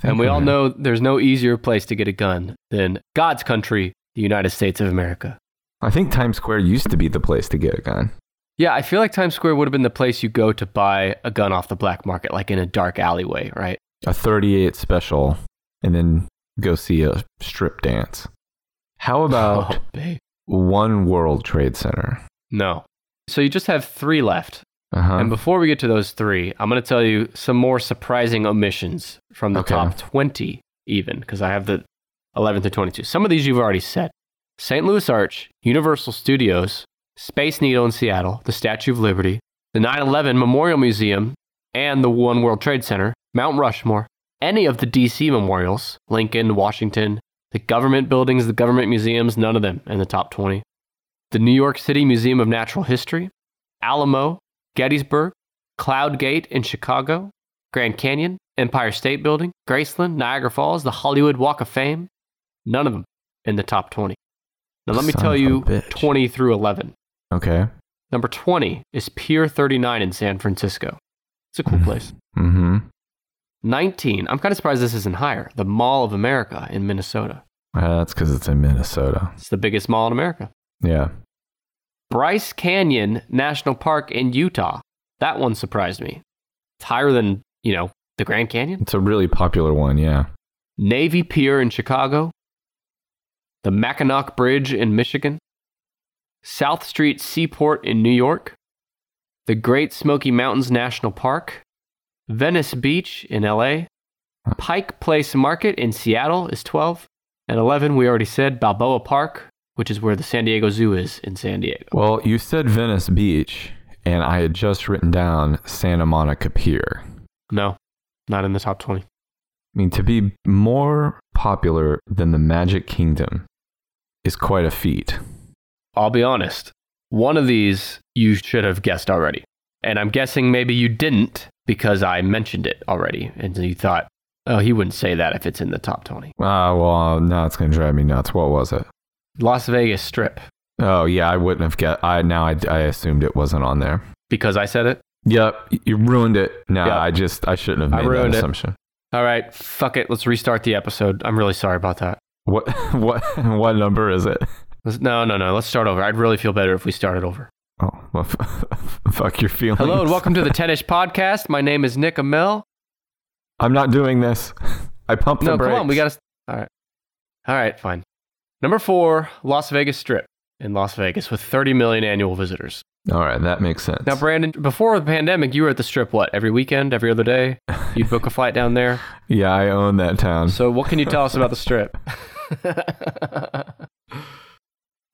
Speaker 1: And we all know there's no easier place to get a gun than God's country, the United States of America.
Speaker 2: I think Times Square used to be the place to get a gun.
Speaker 1: Yeah, I feel like Times Square would have been the place you go to buy a gun off the black market, like in a dark alleyway, right?
Speaker 2: A 38 special, and then go see a strip dance. How about
Speaker 1: Oh, babe.
Speaker 2: One World Trade Center?
Speaker 1: No. So you just have three left.
Speaker 2: Uh huh.
Speaker 1: And before we get to those three, I'm going to tell you some more surprising omissions from the
Speaker 2: Okay.
Speaker 1: top 20, even, because I have the 11 through 22. Some of these you've already said St. Louis Arch, Universal Studios, Space Needle in Seattle, the Statue of Liberty, the 9 11 Memorial Museum, and the One World Trade Center, Mount Rushmore, any of the DC memorials, Lincoln, Washington, the government buildings, the government museums, none of them in the top 20. The New York City Museum of Natural History, Alamo, Gettysburg, Cloud Gate in Chicago, Grand Canyon, Empire State Building, Graceland, Niagara Falls, the Hollywood Walk of Fame, none of them in the top 20. Now, let me
Speaker 2: Son
Speaker 1: tell
Speaker 2: of a
Speaker 1: you
Speaker 2: bitch.
Speaker 1: 20 through 11.
Speaker 2: okay.
Speaker 1: Number 20 is Pier 39 in San Francisco. It's a cool
Speaker 2: Mhm.
Speaker 1: place.
Speaker 2: Mm hmm.
Speaker 1: 19, I'm kind of surprised this isn't higher. The Mall of America in Minnesota.
Speaker 2: Uh, that's because it's in Minnesota.
Speaker 1: It's the biggest mall in America.
Speaker 2: Yeah.
Speaker 1: Bryce Canyon National Park in Utah. That one surprised me. It's higher than, you know, the Grand Canyon.
Speaker 2: It's a really popular one. Yeah.
Speaker 1: Navy Pier in Chicago, the Mackinac Bridge in Michigan, South Street Seaport in New York, the Great Smoky Mountains National Park, Venice Beach in LA, Pike Place Market in Seattle is 12, and 11, we already said Balboa Park, which is where the San Diego Zoo is in San Diego.
Speaker 2: Well, you said Venice Beach, and I had just written down Santa Monica Pier.
Speaker 1: No, not in the top 20.
Speaker 2: I mean, to be more popular than the Magic Kingdom is quite a feat.
Speaker 1: I'll be honest. One of these you should have guessed already. And I'm guessing maybe you didn't because I mentioned it already. And you thought, Oh, he wouldn't say that if it's in the top 20.
Speaker 2: Ah, well, now it's going to drive me nuts. What was it?
Speaker 1: Las Vegas Strip,
Speaker 2: Oh, yeah, I wouldn't have get. I now I, I assumed it wasn't on there.
Speaker 1: because I said it.
Speaker 2: Yep, you ruined it. No,
Speaker 1: Yep.
Speaker 2: I just I shouldn't have
Speaker 1: I
Speaker 2: made that
Speaker 1: ruined it.
Speaker 2: assumption.
Speaker 1: All right, fuck it. Let's restart the episode. I'm really sorry about that.
Speaker 2: What what what number is it?
Speaker 1: Let's- no, no, no. Let's start over. I'd really feel better if we started over.
Speaker 2: Oh, well, f- fuck your feelings.
Speaker 1: Hello and welcome to the Tennis Podcast. My name is Nick Amell.
Speaker 2: I'm not doing this. I pumped
Speaker 1: No,
Speaker 2: the brakes.
Speaker 1: come on. We got to. All right. All right, fine. Number four, Las Vegas Strip in Las Vegas with 30 million annual visitors.
Speaker 2: All right, that makes sense.
Speaker 1: Now, Brandon, before the pandemic, you were at the Strip, what, every weekend, every other day? You'd book a flight down there.
Speaker 2: yeah, I own that town.
Speaker 1: So, what can you tell us about the Strip?
Speaker 2: the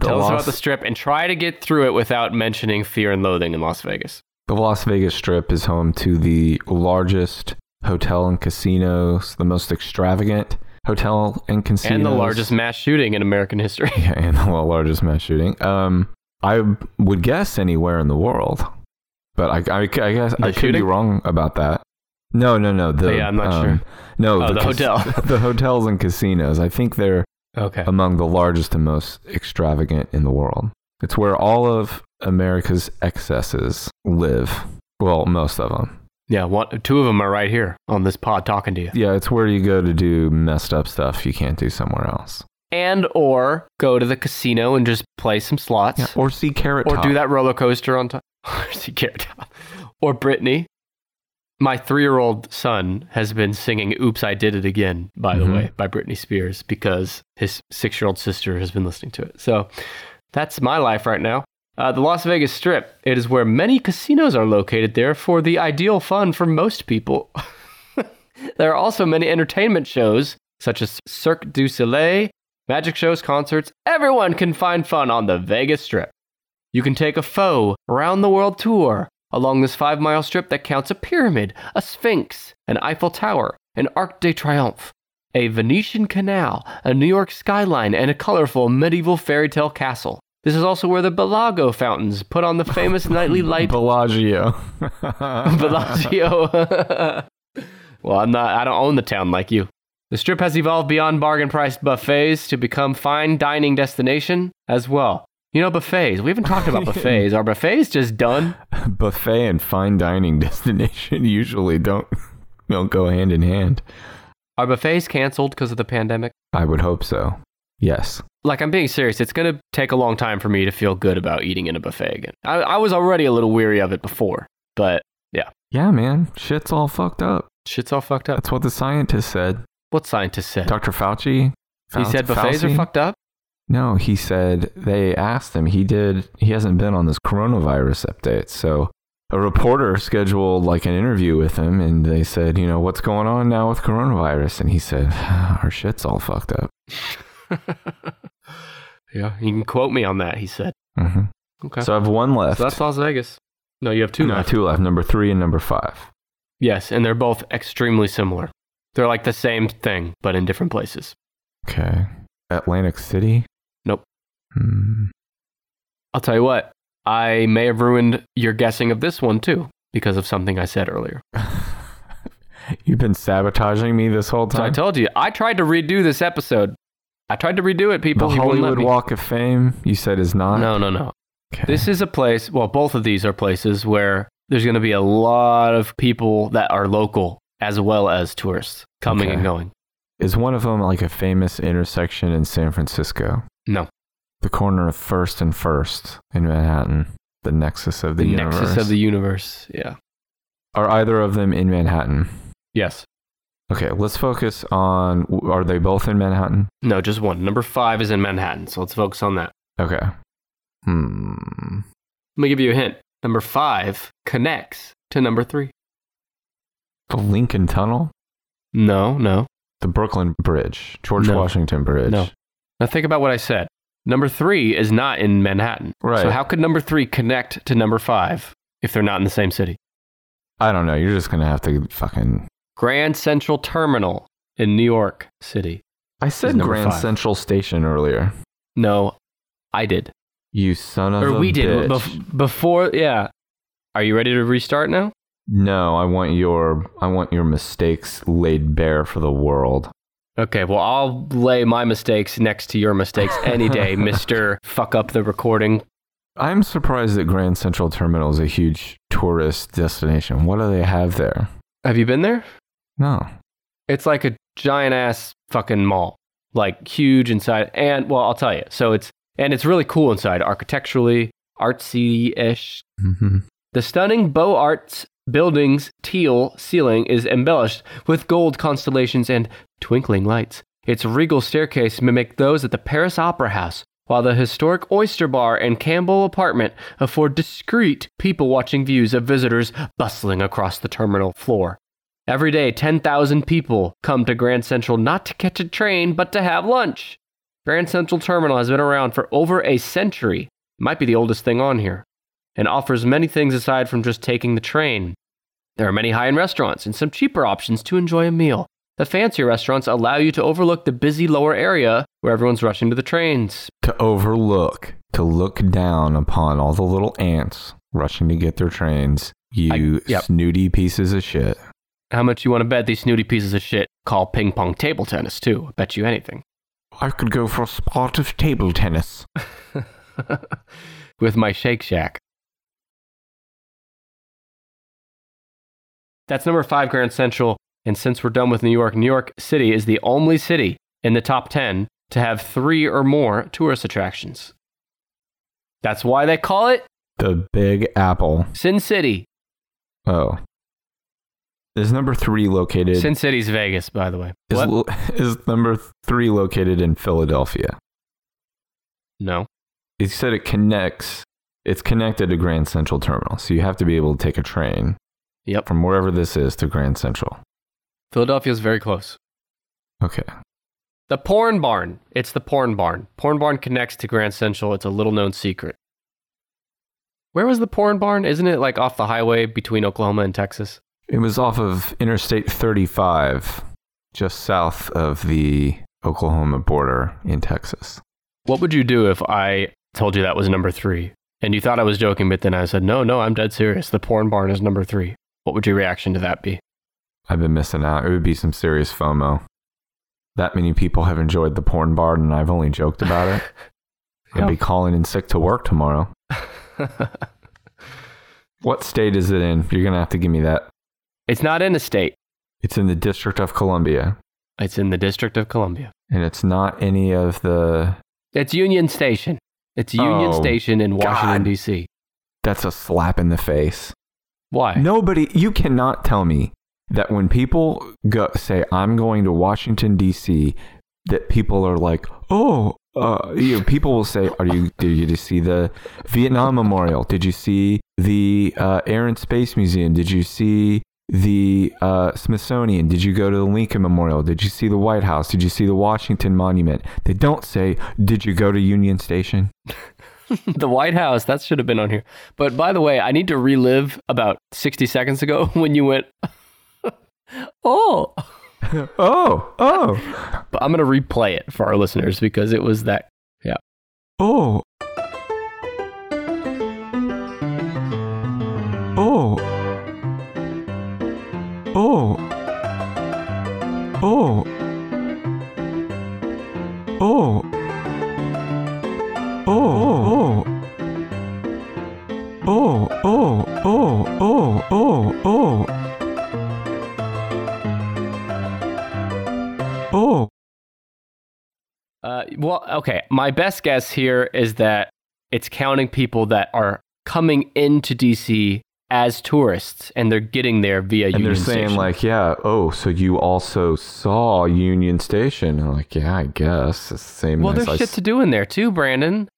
Speaker 1: tell
Speaker 2: Las,
Speaker 1: us about the Strip and try to get through it without mentioning fear and loathing in Las Vegas.
Speaker 2: the Las Vegas Strip is home to the largest hotel and casinos, the most extravagant hotel and casinos,
Speaker 1: And the largest mass shooting in American history.
Speaker 2: Yeah, and the largest mass shooting. Um, I would guess anywhere in the world, but I, I, I guess
Speaker 1: The
Speaker 2: I could be
Speaker 1: shooting? Oh,
Speaker 2: wrong about that. No, no, no. The,
Speaker 1: Yeah, I'm not
Speaker 2: um,
Speaker 1: sure.
Speaker 2: No,
Speaker 1: Oh, the hotel.
Speaker 2: the hotels and casinos. I think they're
Speaker 1: Okay.
Speaker 2: among the largest and most extravagant in the world. It's where all of America's excesses live. Well, most of them.
Speaker 1: Yeah, one, two of them are right here on this pod talking to you.
Speaker 2: Yeah, it's where you go to do messed up stuff you can't do somewhere else,
Speaker 1: And or go to the casino and just play some slots.
Speaker 2: Yeah, or see carrot
Speaker 1: or
Speaker 2: Top.
Speaker 1: do that roller coaster on top. Or see Carrot Top. Or Brittany. My three-year-old son has been singing "Oops, I Did It Again" by the
Speaker 2: Mhm.
Speaker 1: way by Britney Spears because his six-year-old sister has been listening to it. So that's my life right now. Uh, the Las Vegas Strip. It is where many casinos are located there for the ideal fun for most people. there are also many entertainment shows such as Cirque du Soleil, magic shows, concerts. Everyone can find fun on the Vegas Strip. You can take a faux round the world tour along this five mile strip that counts a pyramid, a sphinx, an Eiffel Tower, an Arc de Triomphe, a Venetian canal, a New York skyline, and a colorful medieval fairy tale castle. This is also where the Bellagio fountains put on the famous nightly light
Speaker 2: Bellagio.
Speaker 1: Bellagio. well, I'm not. I don't own the town like you. The strip has evolved beyond bargain-priced buffets to become fine dining destination as well. You know buffets. We haven't talked about buffets. Are buffets just done?
Speaker 2: buffet and fine dining destination usually don't don't go hand in hand.
Speaker 1: Are buffets canceled because of the pandemic?
Speaker 2: I would hope so. Yes.
Speaker 1: Like I'm being serious. It's gonna take a long time for me to feel good about eating in a buffet again. I, I was already a little weary of it before, but
Speaker 2: Yeah, man. Shit's all fucked up.
Speaker 1: shit's all fucked up.
Speaker 2: That's what the scientist said.
Speaker 1: What scientist said?
Speaker 2: Dr. Fauci.
Speaker 1: He
Speaker 2: Fauci-
Speaker 1: said buffets
Speaker 2: Fauci?
Speaker 1: are fucked up.
Speaker 2: No, he said they asked him. He did. He hasn't been on this coronavirus update. So a reporter scheduled like an interview with him, and they said, you know, what's going on now with coronavirus? And he said, our shit's all fucked up.
Speaker 1: yeah, you can quote me on that. He said.
Speaker 2: hmm
Speaker 1: Okay.
Speaker 2: So I have one left.
Speaker 1: So that's Las Vegas. No, you have two
Speaker 2: no,
Speaker 1: left.
Speaker 2: two left. Number three and number five.
Speaker 1: Yes, and they're both extremely similar. They're like the same thing, but in different places.
Speaker 2: Okay. Atlantic City?
Speaker 1: Nope.
Speaker 2: Hmm.
Speaker 1: I'll tell you what, I may have ruined your guessing of this one too because of something I said earlier.
Speaker 2: You've been sabotaging me this whole
Speaker 1: So I
Speaker 2: time.
Speaker 1: told you, I tried to redo this episode. I tried to redo it, people.
Speaker 2: the
Speaker 1: You wouldn't let
Speaker 2: Hollywood
Speaker 1: me.
Speaker 2: Walk of Fame, you said is not.
Speaker 1: No, no, no.
Speaker 2: Okay.
Speaker 1: This is a place, well, both of these are places where there's going to be a lot of people that are local as well as tourists coming
Speaker 2: Okay.
Speaker 1: and going.
Speaker 2: is one of them like a famous intersection in San Francisco.
Speaker 1: No.
Speaker 2: The corner of First and First in Manhattan, the nexus of the,
Speaker 1: The,
Speaker 2: universe.
Speaker 1: nexus of the universe. Yeah.
Speaker 2: Are either of them in Manhattan?
Speaker 1: Yes.
Speaker 2: Okay, let's focus on are they both in Manhattan?
Speaker 1: No, just one. Number five is in Manhattan, so let's focus on that.
Speaker 2: Okay. Hmm.
Speaker 1: Let me give you a hint. Number five connects to number three.
Speaker 2: The Lincoln Tunnel?
Speaker 1: No, no.
Speaker 2: The Brooklyn Bridge, George
Speaker 1: No.
Speaker 2: Washington Bridge.
Speaker 1: No. Now think about what I said. Number three is not in Manhattan.
Speaker 2: Right.
Speaker 1: So how could number three connect to number five if they're not in the same city?
Speaker 2: I don't know. You're just gonna have to fucking.
Speaker 1: Grand Central Terminal in New York City.
Speaker 2: I
Speaker 1: Is
Speaker 2: said
Speaker 1: number
Speaker 2: Grand
Speaker 1: five.
Speaker 2: Central Station earlier.
Speaker 1: No, I did.
Speaker 2: You son of
Speaker 1: or
Speaker 2: a
Speaker 1: we did
Speaker 2: bitch.
Speaker 1: bef- before. Yeah. Are you ready to restart now?
Speaker 2: No, I want your I want your mistakes laid bare for the world.
Speaker 1: Okay, well, I'll lay my mistakes next to your mistakes any day, Mr. Fuck Up the Recording.
Speaker 2: I'm surprised that Grand Central Terminal is a huge tourist destination. What do they have there?
Speaker 1: Have you been there?
Speaker 2: No.
Speaker 1: It's like a giant ass fucking mall, like huge inside. And, well, I'll tell you. So it's, and it's really cool inside, architecturally, artsy ish.
Speaker 2: Mm-hmm.
Speaker 1: The stunning Beaux Arts building's teal ceiling is embellished with gold constellations and twinkling lights. Its regal staircase mimic those at the Paris Opera House, while the historic Oyster Bar and Campbell apartment afford discreet people watching views of visitors bustling across the terminal floor. Every day, 10,000 people come to Grand Central not to catch a train, but to have lunch. Grand Central Terminal has been around for over a century, might be the oldest thing on here, and offers many things aside from just taking the train. There are many high end restaurants and some cheaper options to enjoy a meal. The fancier restaurants allow you to overlook the busy lower area where everyone's rushing to the trains.
Speaker 2: To overlook, to look down upon all the little ants rushing to get their trains. You
Speaker 1: I- yep.
Speaker 2: snooty pieces of shit.
Speaker 1: How much you want to bet these snooty pieces of shit call ping pong table tennis, too? I bet you anything.
Speaker 2: I could go for a spot of table tennis.
Speaker 1: With my Shake Shack. That's number five, Grand Central. And since we're done with New York, New York City is the only city in the top 10 to have three or more tourist attractions. That's why they call it
Speaker 2: The Big Apple.
Speaker 1: Sin City.
Speaker 2: Oh. Is number three located?
Speaker 1: Sin City's Vegas, by the way.
Speaker 2: is,
Speaker 1: What?
Speaker 2: lo- is number three located in Philadelphia?
Speaker 1: no.
Speaker 2: He said it connects. It's connected to Grand Central Terminal, so you have to be able to take a train.
Speaker 1: Yep.
Speaker 2: From wherever this is to Grand Central.
Speaker 1: Philadelphia's very close.
Speaker 2: Okay.
Speaker 1: The Porn Barn. It's the Porn Barn. Porn Barn connects to Grand Central. It's a little known secret. Where was the Porn Barn? Isn't it like off the highway between Oklahoma and Texas?
Speaker 2: It was off of Interstate 35, just south of the Oklahoma border in Texas.
Speaker 1: What would you do if I told you that was number three and you thought I was joking, but then I said, no, no, I'm dead serious. The porn barn is number three. What would your reaction to that be?
Speaker 2: I've been missing out. It would be some serious FOMO. That many people have enjoyed the porn bar, and I've only joked about it. I'll be calling in sick to work tomorrow. What state is it in? You're going to have to give me that.
Speaker 1: it's not in a state,
Speaker 2: It's in the District of Columbia,
Speaker 1: it's in the District of Columbia.
Speaker 2: and it's not any of the.
Speaker 1: It's Union Station. It's Union
Speaker 2: Oh,
Speaker 1: Station in Washington,
Speaker 2: God.
Speaker 1: D.C.
Speaker 2: That's a slap in the face.
Speaker 1: Why?
Speaker 2: Nobody, you cannot tell me that when people go say I'm going to Washington D.C., that people are like, oh, uh, you know, people will say, are you? Did you just see the Vietnam Memorial? Did you see the uh, Air and Space Museum? Did you see the uh, Smithsonian? Did you go to the Lincoln Memorial? Did you see the White House? Did you see the Washington Monument? They don't say, did you go to Union Station?
Speaker 1: the White House. That should have been on here. But by the way, I need to relive about 60 seconds ago when you went, oh.
Speaker 2: oh, oh,
Speaker 1: But I'm going to replay it for our listeners because it was that. Yeah.
Speaker 2: oh, oh, oh, oh, oh, oh, oh, oh, oh, oh, oh, oh, oh. Oh.
Speaker 1: Uh, well, okay. My best guess here is that it's counting people that are coming into DC as tourists and they're getting there via
Speaker 2: and
Speaker 1: Union
Speaker 2: they're saying
Speaker 1: Station.
Speaker 2: like yeah oh so you also saw union station i'm like yeah i guess it's the same
Speaker 1: well,
Speaker 2: as
Speaker 1: there's
Speaker 2: I
Speaker 1: shit
Speaker 2: s-
Speaker 1: to do in there too, Brandon.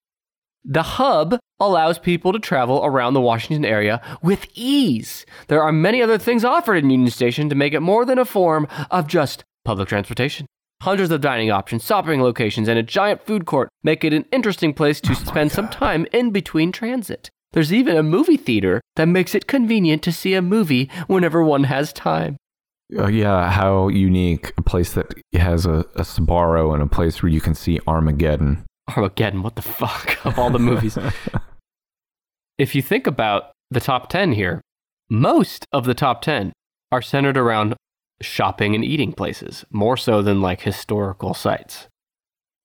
Speaker 1: The hub allows people to travel around the Washington area with ease. There are many other things offered in Union Station to make it more than a form of just public transportation. Hundreds of dining options, shopping locations, and a giant food court make it an interesting place
Speaker 2: Oh
Speaker 1: to spend some time in between transit. There's even a movie theater that makes it convenient to see a movie whenever one has time.
Speaker 2: Uh, yeah how unique a place that has a, a sbarro and a place where you can see armageddon
Speaker 1: Armageddon, Oh, what the fuck of all the movies. if you think about the top 10 here, Most of the top 10 are centered around shopping and eating places, more so than like historical sites.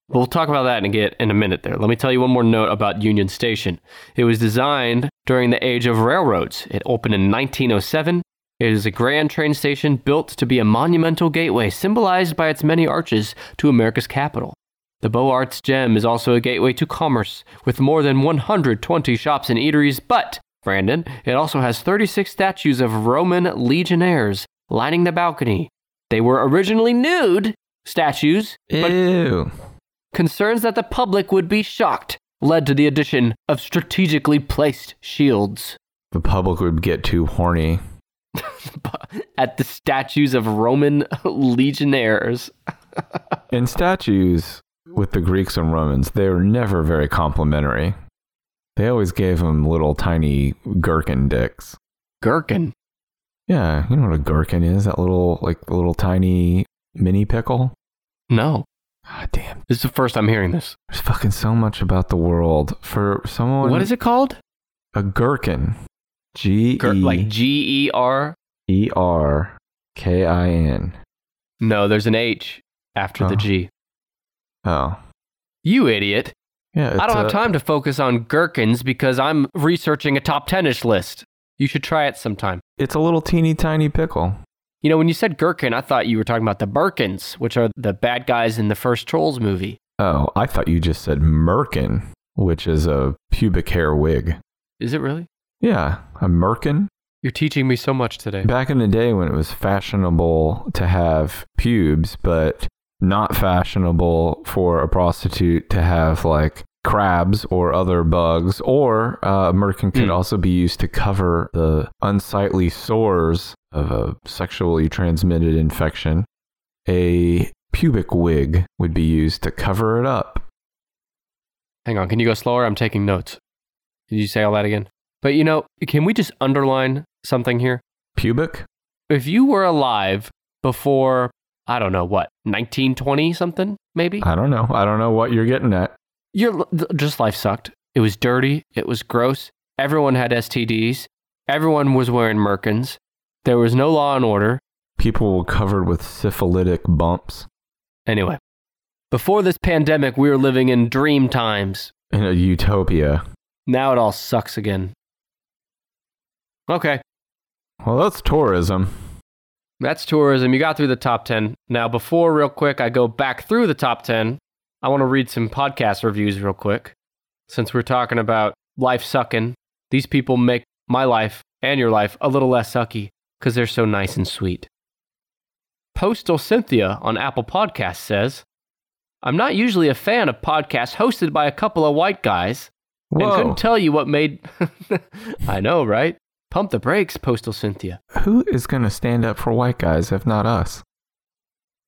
Speaker 1: But we'll talk about that in a, get, in a minute there. Let me tell you one more note about Union Station. It was designed during the age of railroads. It opened in 1907. It is a grand train station built to be a monumental gateway, symbolized by its many arches to America's capital. The Beaux Arts gem is also a gateway to commerce, with more than 120 shops and eateries. But, Brandon, it also has 36 statues of Roman legionnaires lining the balcony. They were originally nude statues, but
Speaker 2: Ew.
Speaker 1: Concerns that the public would be shocked led to the addition of strategically placed shields
Speaker 2: The public would get too horny.
Speaker 1: at the statues of Roman legionnaires.
Speaker 2: In statues with the Greeks and Romans, they were never very complimentary. They always gave them little tiny gherkin dicks.
Speaker 1: Gherkin.
Speaker 2: Yeah, you know what a gherkin is? That little, like, little tiny mini pickle?
Speaker 1: No,
Speaker 2: God damn.
Speaker 1: this is the first I'm hearing this.
Speaker 2: There's fucking so much about the world. For someone.
Speaker 1: What is it called?
Speaker 2: A gherkin. G
Speaker 1: Gher- like G E R?
Speaker 2: E R K I N.
Speaker 1: No, there's an H after
Speaker 2: Oh.
Speaker 1: the G.
Speaker 2: Oh.
Speaker 1: You idiot.
Speaker 2: Yeah.
Speaker 1: I
Speaker 2: it's
Speaker 1: don't
Speaker 2: a-
Speaker 1: have time to focus on gherkins because I'm researching a top 10 ish list. You should try it sometime.
Speaker 2: It's a little teeny tiny pickle.
Speaker 1: You know, when you said gherkin, I thought you were talking about the Birkins, which are the bad guys in the first Trolls movie.
Speaker 2: Oh, I thought you just said merkin, which is a pubic hair wig.
Speaker 1: Is it really?
Speaker 2: Yeah, a merkin.
Speaker 1: You're teaching me so much today.
Speaker 2: Back in the day when it was fashionable to have pubes, but not fashionable for a prostitute to have like crabs or other bugs, or uh, merkin could
Speaker 1: Mm.
Speaker 2: also be used to cover the unsightly sores of a sexually transmitted infection. A pubic wig would be used to cover it up.
Speaker 1: Hang on, can you go slower? I'm taking notes. Did you say all that again? But you know, can we just underline something here?
Speaker 2: Pubic?
Speaker 1: If you were alive before, I don't know, what, 1920 something, maybe?
Speaker 2: I don't know. I don't know what you're getting at.
Speaker 1: Your th- just life sucked. It was dirty. It was gross. Everyone had STDs. Everyone was wearing merkins. There was no law and order.
Speaker 2: People were covered with syphilitic bumps.
Speaker 1: Anyway, before this pandemic, we were living in dream times.
Speaker 2: In a utopia.
Speaker 1: Now it all sucks again. Okay,
Speaker 2: Well, that's tourism.
Speaker 1: that's tourism. You got through the top 10. Now, before, real quick, I go back through the top 10, I want to read some podcast reviews real quick. Since we're talking about life sucking, these people make my life and your life a little less sucky because they're so nice and sweet. Postal Cynthia on Apple Podcasts says, I'm not usually a fan of podcasts hosted by a couple of white guys. and
Speaker 2: Whoa.
Speaker 1: couldn't tell you what made. I know, right? Pump the brakes, Postal Cynthia.
Speaker 2: Who is going to stand up for white guys if not us?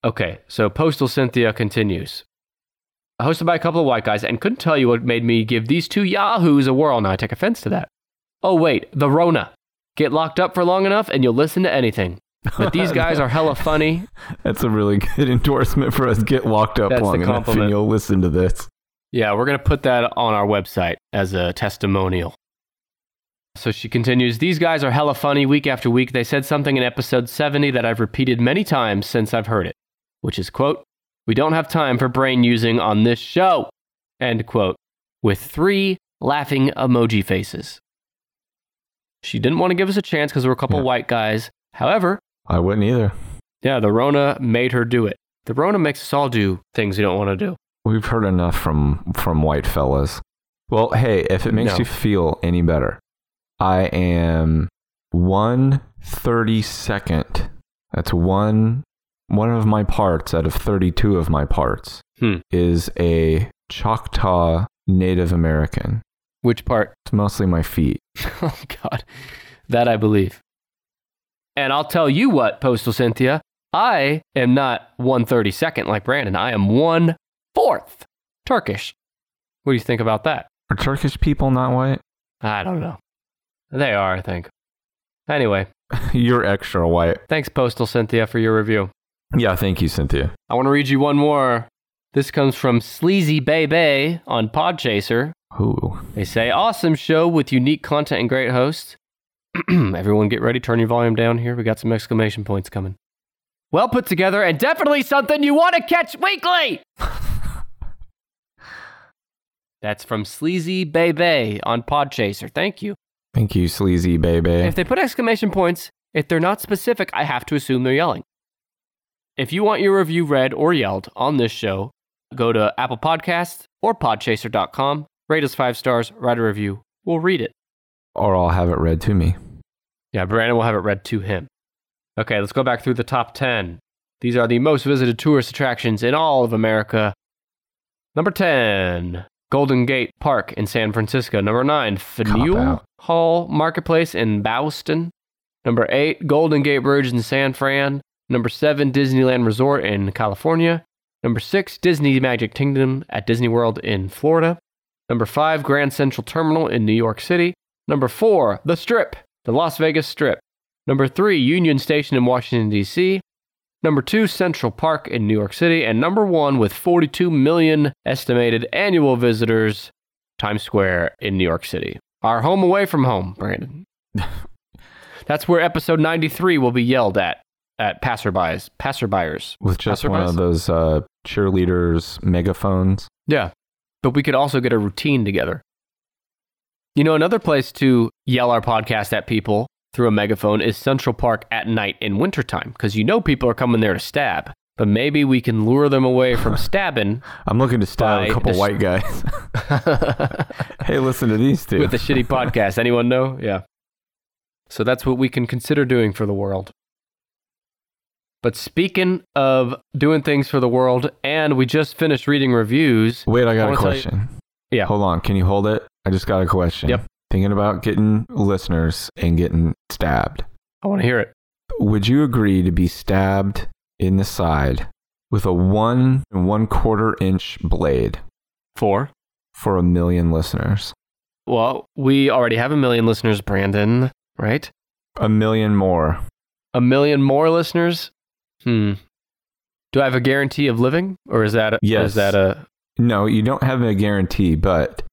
Speaker 1: Okay, so Postal Cynthia continues. Hosted by a couple of white guys, and couldn't tell you what made me give these two yahoos a whirl. Now I take offense to that. Oh wait, the Rona. Get locked up for long enough, and you'll listen to anything. But these guys are hella funny.
Speaker 2: That's a really good endorsement for us. Get locked up
Speaker 1: That's the
Speaker 2: long enough and
Speaker 1: compliment.
Speaker 2: you'll listen to this.
Speaker 1: Yeah, we're going to put that on our website as a testimonial. So she continues These guys are hella funny week after week. They said something in episode 70 that I've repeated many times since I've heard it, which is, quote, we don't have time for brain using on this show, end quote, with three laughing emoji faces. She didn't want to give us a chance because we're a couple
Speaker 2: Yeah.
Speaker 1: white guys. However,
Speaker 2: I wouldn't either.
Speaker 1: yeah, the Rona made her do it. The Rona makes us all do things we don't want to do.
Speaker 2: We've heard enough from from white fellas. Well, hey, if it makes
Speaker 1: No.
Speaker 2: you feel any better, I am one thirty second. That's one one of my parts out of thirty two of my parts
Speaker 1: Hmm.
Speaker 2: is a Choctaw Native American.
Speaker 1: Which part?
Speaker 2: It's mostly my feet.
Speaker 1: Oh God, that I believe. And I'll tell you what, Postal Cynthia, I am not one thirty second like Brandon. I am one fourth Turkish. What do you think about that?
Speaker 2: Are Turkish people not white?
Speaker 1: I don't know. They are, I think. Anyway,
Speaker 2: You're extra white.
Speaker 1: thanks, Postal Cynthia, for your review.
Speaker 2: Yeah, thank you, Cynthia.
Speaker 1: I want to read you one more. This comes from Sleazy Bay Bay on Podchaser.
Speaker 2: Ooh.
Speaker 1: They say, awesome show with unique content and great hosts. Everyone get ready, turn your volume down here. We got some exclamation points coming. Well put together and definitely something you want to catch weekly. That's from Sleazy Bay Bay on Podchaser. Thank you.
Speaker 2: Thank you, sleazy baby.
Speaker 1: If they put exclamation points, if they're not specific, I have to assume they're yelling. If you want your review read or yelled on this show, go to Apple Podcasts or podchaser.com, rate us five stars, write a review. We'll read it.
Speaker 2: Or I'll have it read to me.
Speaker 1: Yeah, Brandon will have it read to him. Okay, let's go back through the top 10. These are the most visited tourist attractions in all of America. Number 10, Golden Gate Park in San Francisco. Number 9, Faneuil
Speaker 2: out.
Speaker 1: Hall Marketplace in Bouston. Number 8, Golden Gate Bridge in San Fran. Number 7, Disneyland Resort in California. Number 6, Disney Magic Kingdom at Disney World in Florida. Number 5, Grand Central Terminal in New York City. Number 4, The Strip, the Las Vegas Strip. Number three, Union Station in Washington, D.C. Number two, Central Park in New York City. And number one, with 42 million estimated annual visitors, Times Square in New York City. Our home away from home, Brandon. That's where episode 93 will be yelled at, at passerbys, passerbyers.
Speaker 2: With just one
Speaker 1: Passerbys?
Speaker 2: of those uh, cheerleaders megaphones.
Speaker 1: Yeah. But we could also get a routine together. You know, another place to yell our podcast at people through a megaphone is Central Park at night in wintertime, because you know people are coming there to stab. But maybe we can lure them away from stabbing
Speaker 2: I'm looking to stab
Speaker 1: By
Speaker 2: a couple
Speaker 1: the-
Speaker 2: white guys.
Speaker 1: with
Speaker 2: hey, listen to these two.
Speaker 1: a shitty podcast. Anyone know? Yeah. So that's what we can consider doing for the world. But speaking of doing things for the world, and we just finished reading reviews.
Speaker 2: Wait, I
Speaker 1: I
Speaker 2: got a
Speaker 1: wanna tell you-
Speaker 2: question.
Speaker 1: Yeah.
Speaker 2: Hold on. Can you hold it? I just got a question.
Speaker 1: Yep.
Speaker 2: Thinking about getting listeners and getting stabbed.
Speaker 1: I want to hear it.
Speaker 2: Would you agree to be stabbed in the side with a one and one quarter inch blade
Speaker 1: Four.
Speaker 2: for a million listeners?
Speaker 1: Well, we already have a million listeners, Brandon, right?
Speaker 2: A million more.
Speaker 1: A million more listeners? Hmm. Do I have a guarantee of living? Or is that a,
Speaker 2: Yes.
Speaker 1: is that a
Speaker 2: No, you don't have a guarantee, but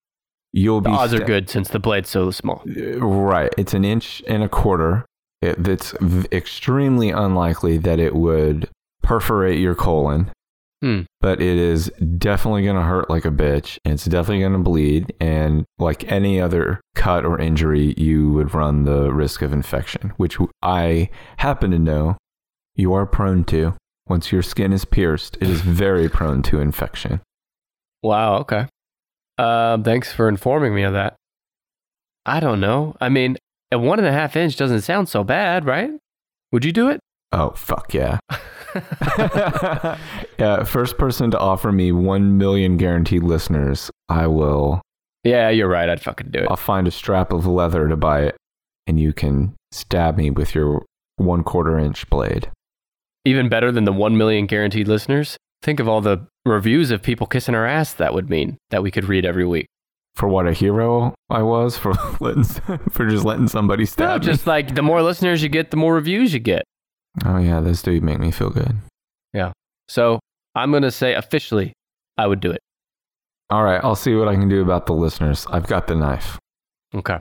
Speaker 2: you'll
Speaker 1: the
Speaker 2: be.
Speaker 1: odds are
Speaker 2: sta-
Speaker 1: good since the blade's so small.
Speaker 2: Uh, Right. It's an inch and a quarter. It, it's v- extremely unlikely that it would perforate your colon.
Speaker 1: Hmm.
Speaker 2: But it is definitely going to hurt like a bitch. And it's definitely going to bleed. And like any other cut or injury, you would run the risk of infection, which w- I happen to know you are prone to. Once your skin is pierced, it is very prone to infection.
Speaker 1: Wow, okay. Um, thanks for informing me of that. I don't know. I mean, a one and a half inch doesn't sound so bad, right? Would you do it?
Speaker 2: Oh, fuck yeah. yeah, first person to offer me 1 million guaranteed listeners, I will.
Speaker 1: yeah, you're right. I'd fucking do it.
Speaker 2: I'll find a strap of leather to buy it, and you can stab me with your one quarter inch blade.
Speaker 1: Even better than the 1 million guaranteed listeners. Think of all the reviews of people kissing our ass that would mean that we could read every week.
Speaker 2: For what a hero I was for letting, for just letting somebody
Speaker 1: No,
Speaker 2: stab
Speaker 1: just like the more listeners you get, the more reviews you get.
Speaker 2: me. Oh yeah, those do make me feel good.
Speaker 1: So I'm gonna say officially, I would do it.
Speaker 2: All right, I'll see what I can do about the listeners. I've got the knife.
Speaker 1: Okay.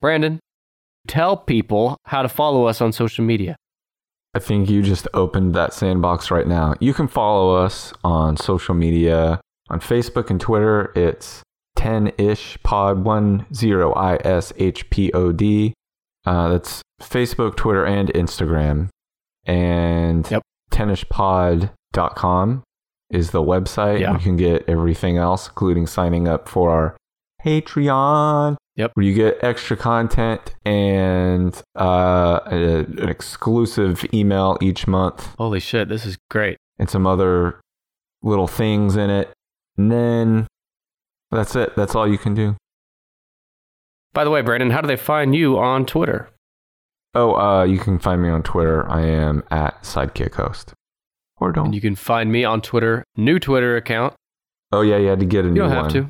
Speaker 1: Brandon, tell people how to follow us on social media.
Speaker 2: I think you just opened that sandbox right now. You can follow us on social media on Facebook and Twitter. It's 10 ish pod 10 I S H P O D. Uh, that's Facebook, Twitter, and Instagram. And
Speaker 1: Yep.
Speaker 2: 10ishpod.com is the website.
Speaker 1: Yeah.
Speaker 2: You can get everything else, including signing up for our Patreon where you get extra content and uh, a- an exclusive email each month
Speaker 1: Holy shit, this is great.
Speaker 2: and some other little things in it. And then that's it. That's all you can do.
Speaker 1: By the way, Brandon, how do they find you on Twitter?
Speaker 2: Oh, uh, you can find me on Twitter. I am at Sidekick Host. Or
Speaker 1: And
Speaker 2: don't.
Speaker 1: you can find me on Twitter, new Twitter account.
Speaker 2: oh, yeah, you had to get a
Speaker 1: You
Speaker 2: new
Speaker 1: don't have
Speaker 2: one.
Speaker 1: to.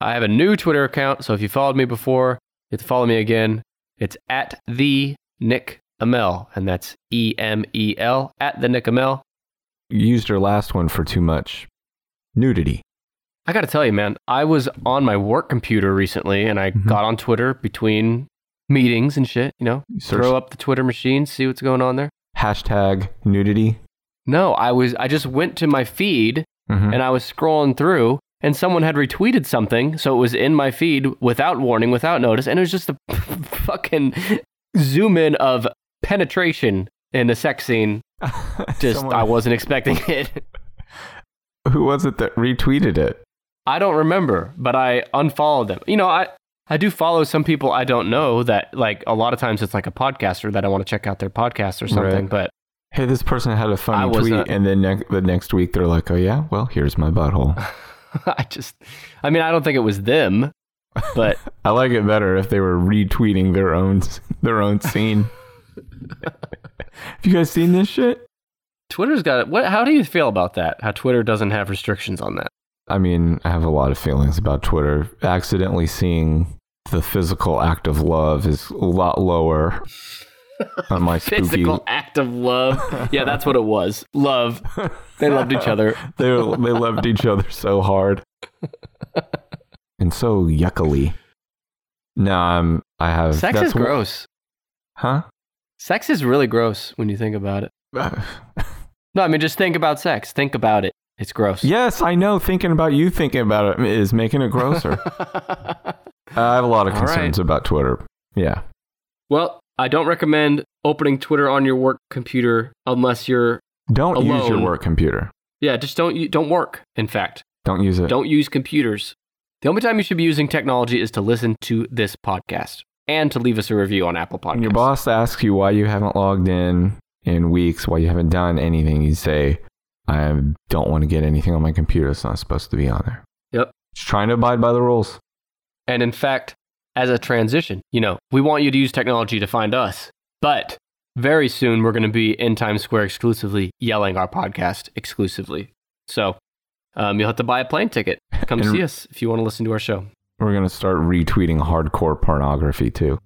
Speaker 1: I have a new Twitter account, so if you followed me before, you have to follow me again. It's at the Nick Amel, and that's E M E L at the Nick Amel.
Speaker 2: You used your last one for too much nudity.
Speaker 1: I got to tell you, man, I was on my work computer recently and I
Speaker 2: Mhm.
Speaker 1: got on Twitter between meetings and shit, you know?
Speaker 2: You search
Speaker 1: Throw up the Twitter machine, see what's going on there.
Speaker 2: hashtag nudity.
Speaker 1: No, I was I just went to my feed
Speaker 2: Mhm.
Speaker 1: and I was scrolling through and someone had retweeted something, so it was in my feed without warning, without notice, and it was just a fucking zoom in of penetration in a sex scene. Just
Speaker 2: Someone-
Speaker 1: I wasn't expecting it.
Speaker 2: who was it that retweeted it?
Speaker 1: I don't remember, but I unfollowed them. You know, I I do follow some people I don't know that like a lot of times it's like a podcaster that I want to check out their podcast or something,
Speaker 2: Right.
Speaker 1: but
Speaker 2: Hey, this person had a
Speaker 1: I
Speaker 2: funny
Speaker 1: was
Speaker 2: tweet,
Speaker 1: not-
Speaker 2: and then ne- the next week they're like, "Oh yeah, well here's my butthole."
Speaker 1: I just I mean, I don't think it was them, but
Speaker 2: I like it better if they were retweeting their own their own scene. Have you guys seen this shit?
Speaker 1: Twitter's got it. What how do you feel about that? How Twitter doesn't have restrictions on that?
Speaker 2: I mean, I have a lot of feelings about Twitter. Accidentally seeing the physical act of love is a lot lower on my spooky.
Speaker 1: Physical act of love. Yeah, that's what it was. Love. They loved each other.
Speaker 2: they they loved each other so hard and so yuckily. No, I'm. I have.
Speaker 1: Sex
Speaker 2: that's
Speaker 1: is
Speaker 2: wh-
Speaker 1: gross.
Speaker 2: huh?
Speaker 1: Sex is really gross when you think about it. No, I mean just think about sex. Think about it. It's gross.
Speaker 2: yes, I know. Thinking about you thinking about it is making it grosser. Uh, I have a lot of
Speaker 1: All right.
Speaker 2: concerns about Twitter. Yeah.
Speaker 1: Well, I don't recommend opening Twitter on your work computer unless you're
Speaker 2: Don't use your
Speaker 1: Alone.
Speaker 2: work computer.
Speaker 1: yeah, just don't u- don't work. In fact,
Speaker 2: Don't use it.
Speaker 1: don't use computers. The only time you should be using technology is to listen to this podcast and to leave us a review on Apple Podcasts.
Speaker 2: When your boss asks you why you haven't logged in in weeks, why you haven't done anything, you say, I don't want to get anything on my computer. It's not supposed to be on there.
Speaker 1: Yep.
Speaker 2: Just trying to abide by the rules.
Speaker 1: And in fact, as a transition, you know, we want you to use technology to find us, but very soon we're going to be in Times Square exclusively yelling our podcast exclusively. So um, you'll have to buy a plane ticket. Come
Speaker 2: And-
Speaker 1: see us if you want to listen to our show.
Speaker 2: We're going to start retweeting hardcore pornography too.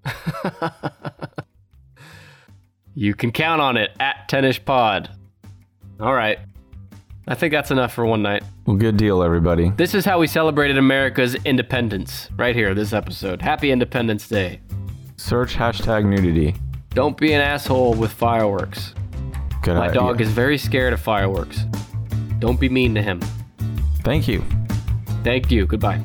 Speaker 1: you can count on it at Tennis Pod. All right. I think that's enough for one night.
Speaker 2: Well, good deal, everybody.
Speaker 1: This is how we celebrated America's independence, right here, this episode. Happy Independence Day.
Speaker 2: Search hashtag nudity.
Speaker 1: Don't be an asshole with fireworks.
Speaker 2: Good
Speaker 1: My
Speaker 2: idea.
Speaker 1: dog is very scared of fireworks. Don't be mean to him.
Speaker 2: Thank you.
Speaker 1: Thank you. Goodbye.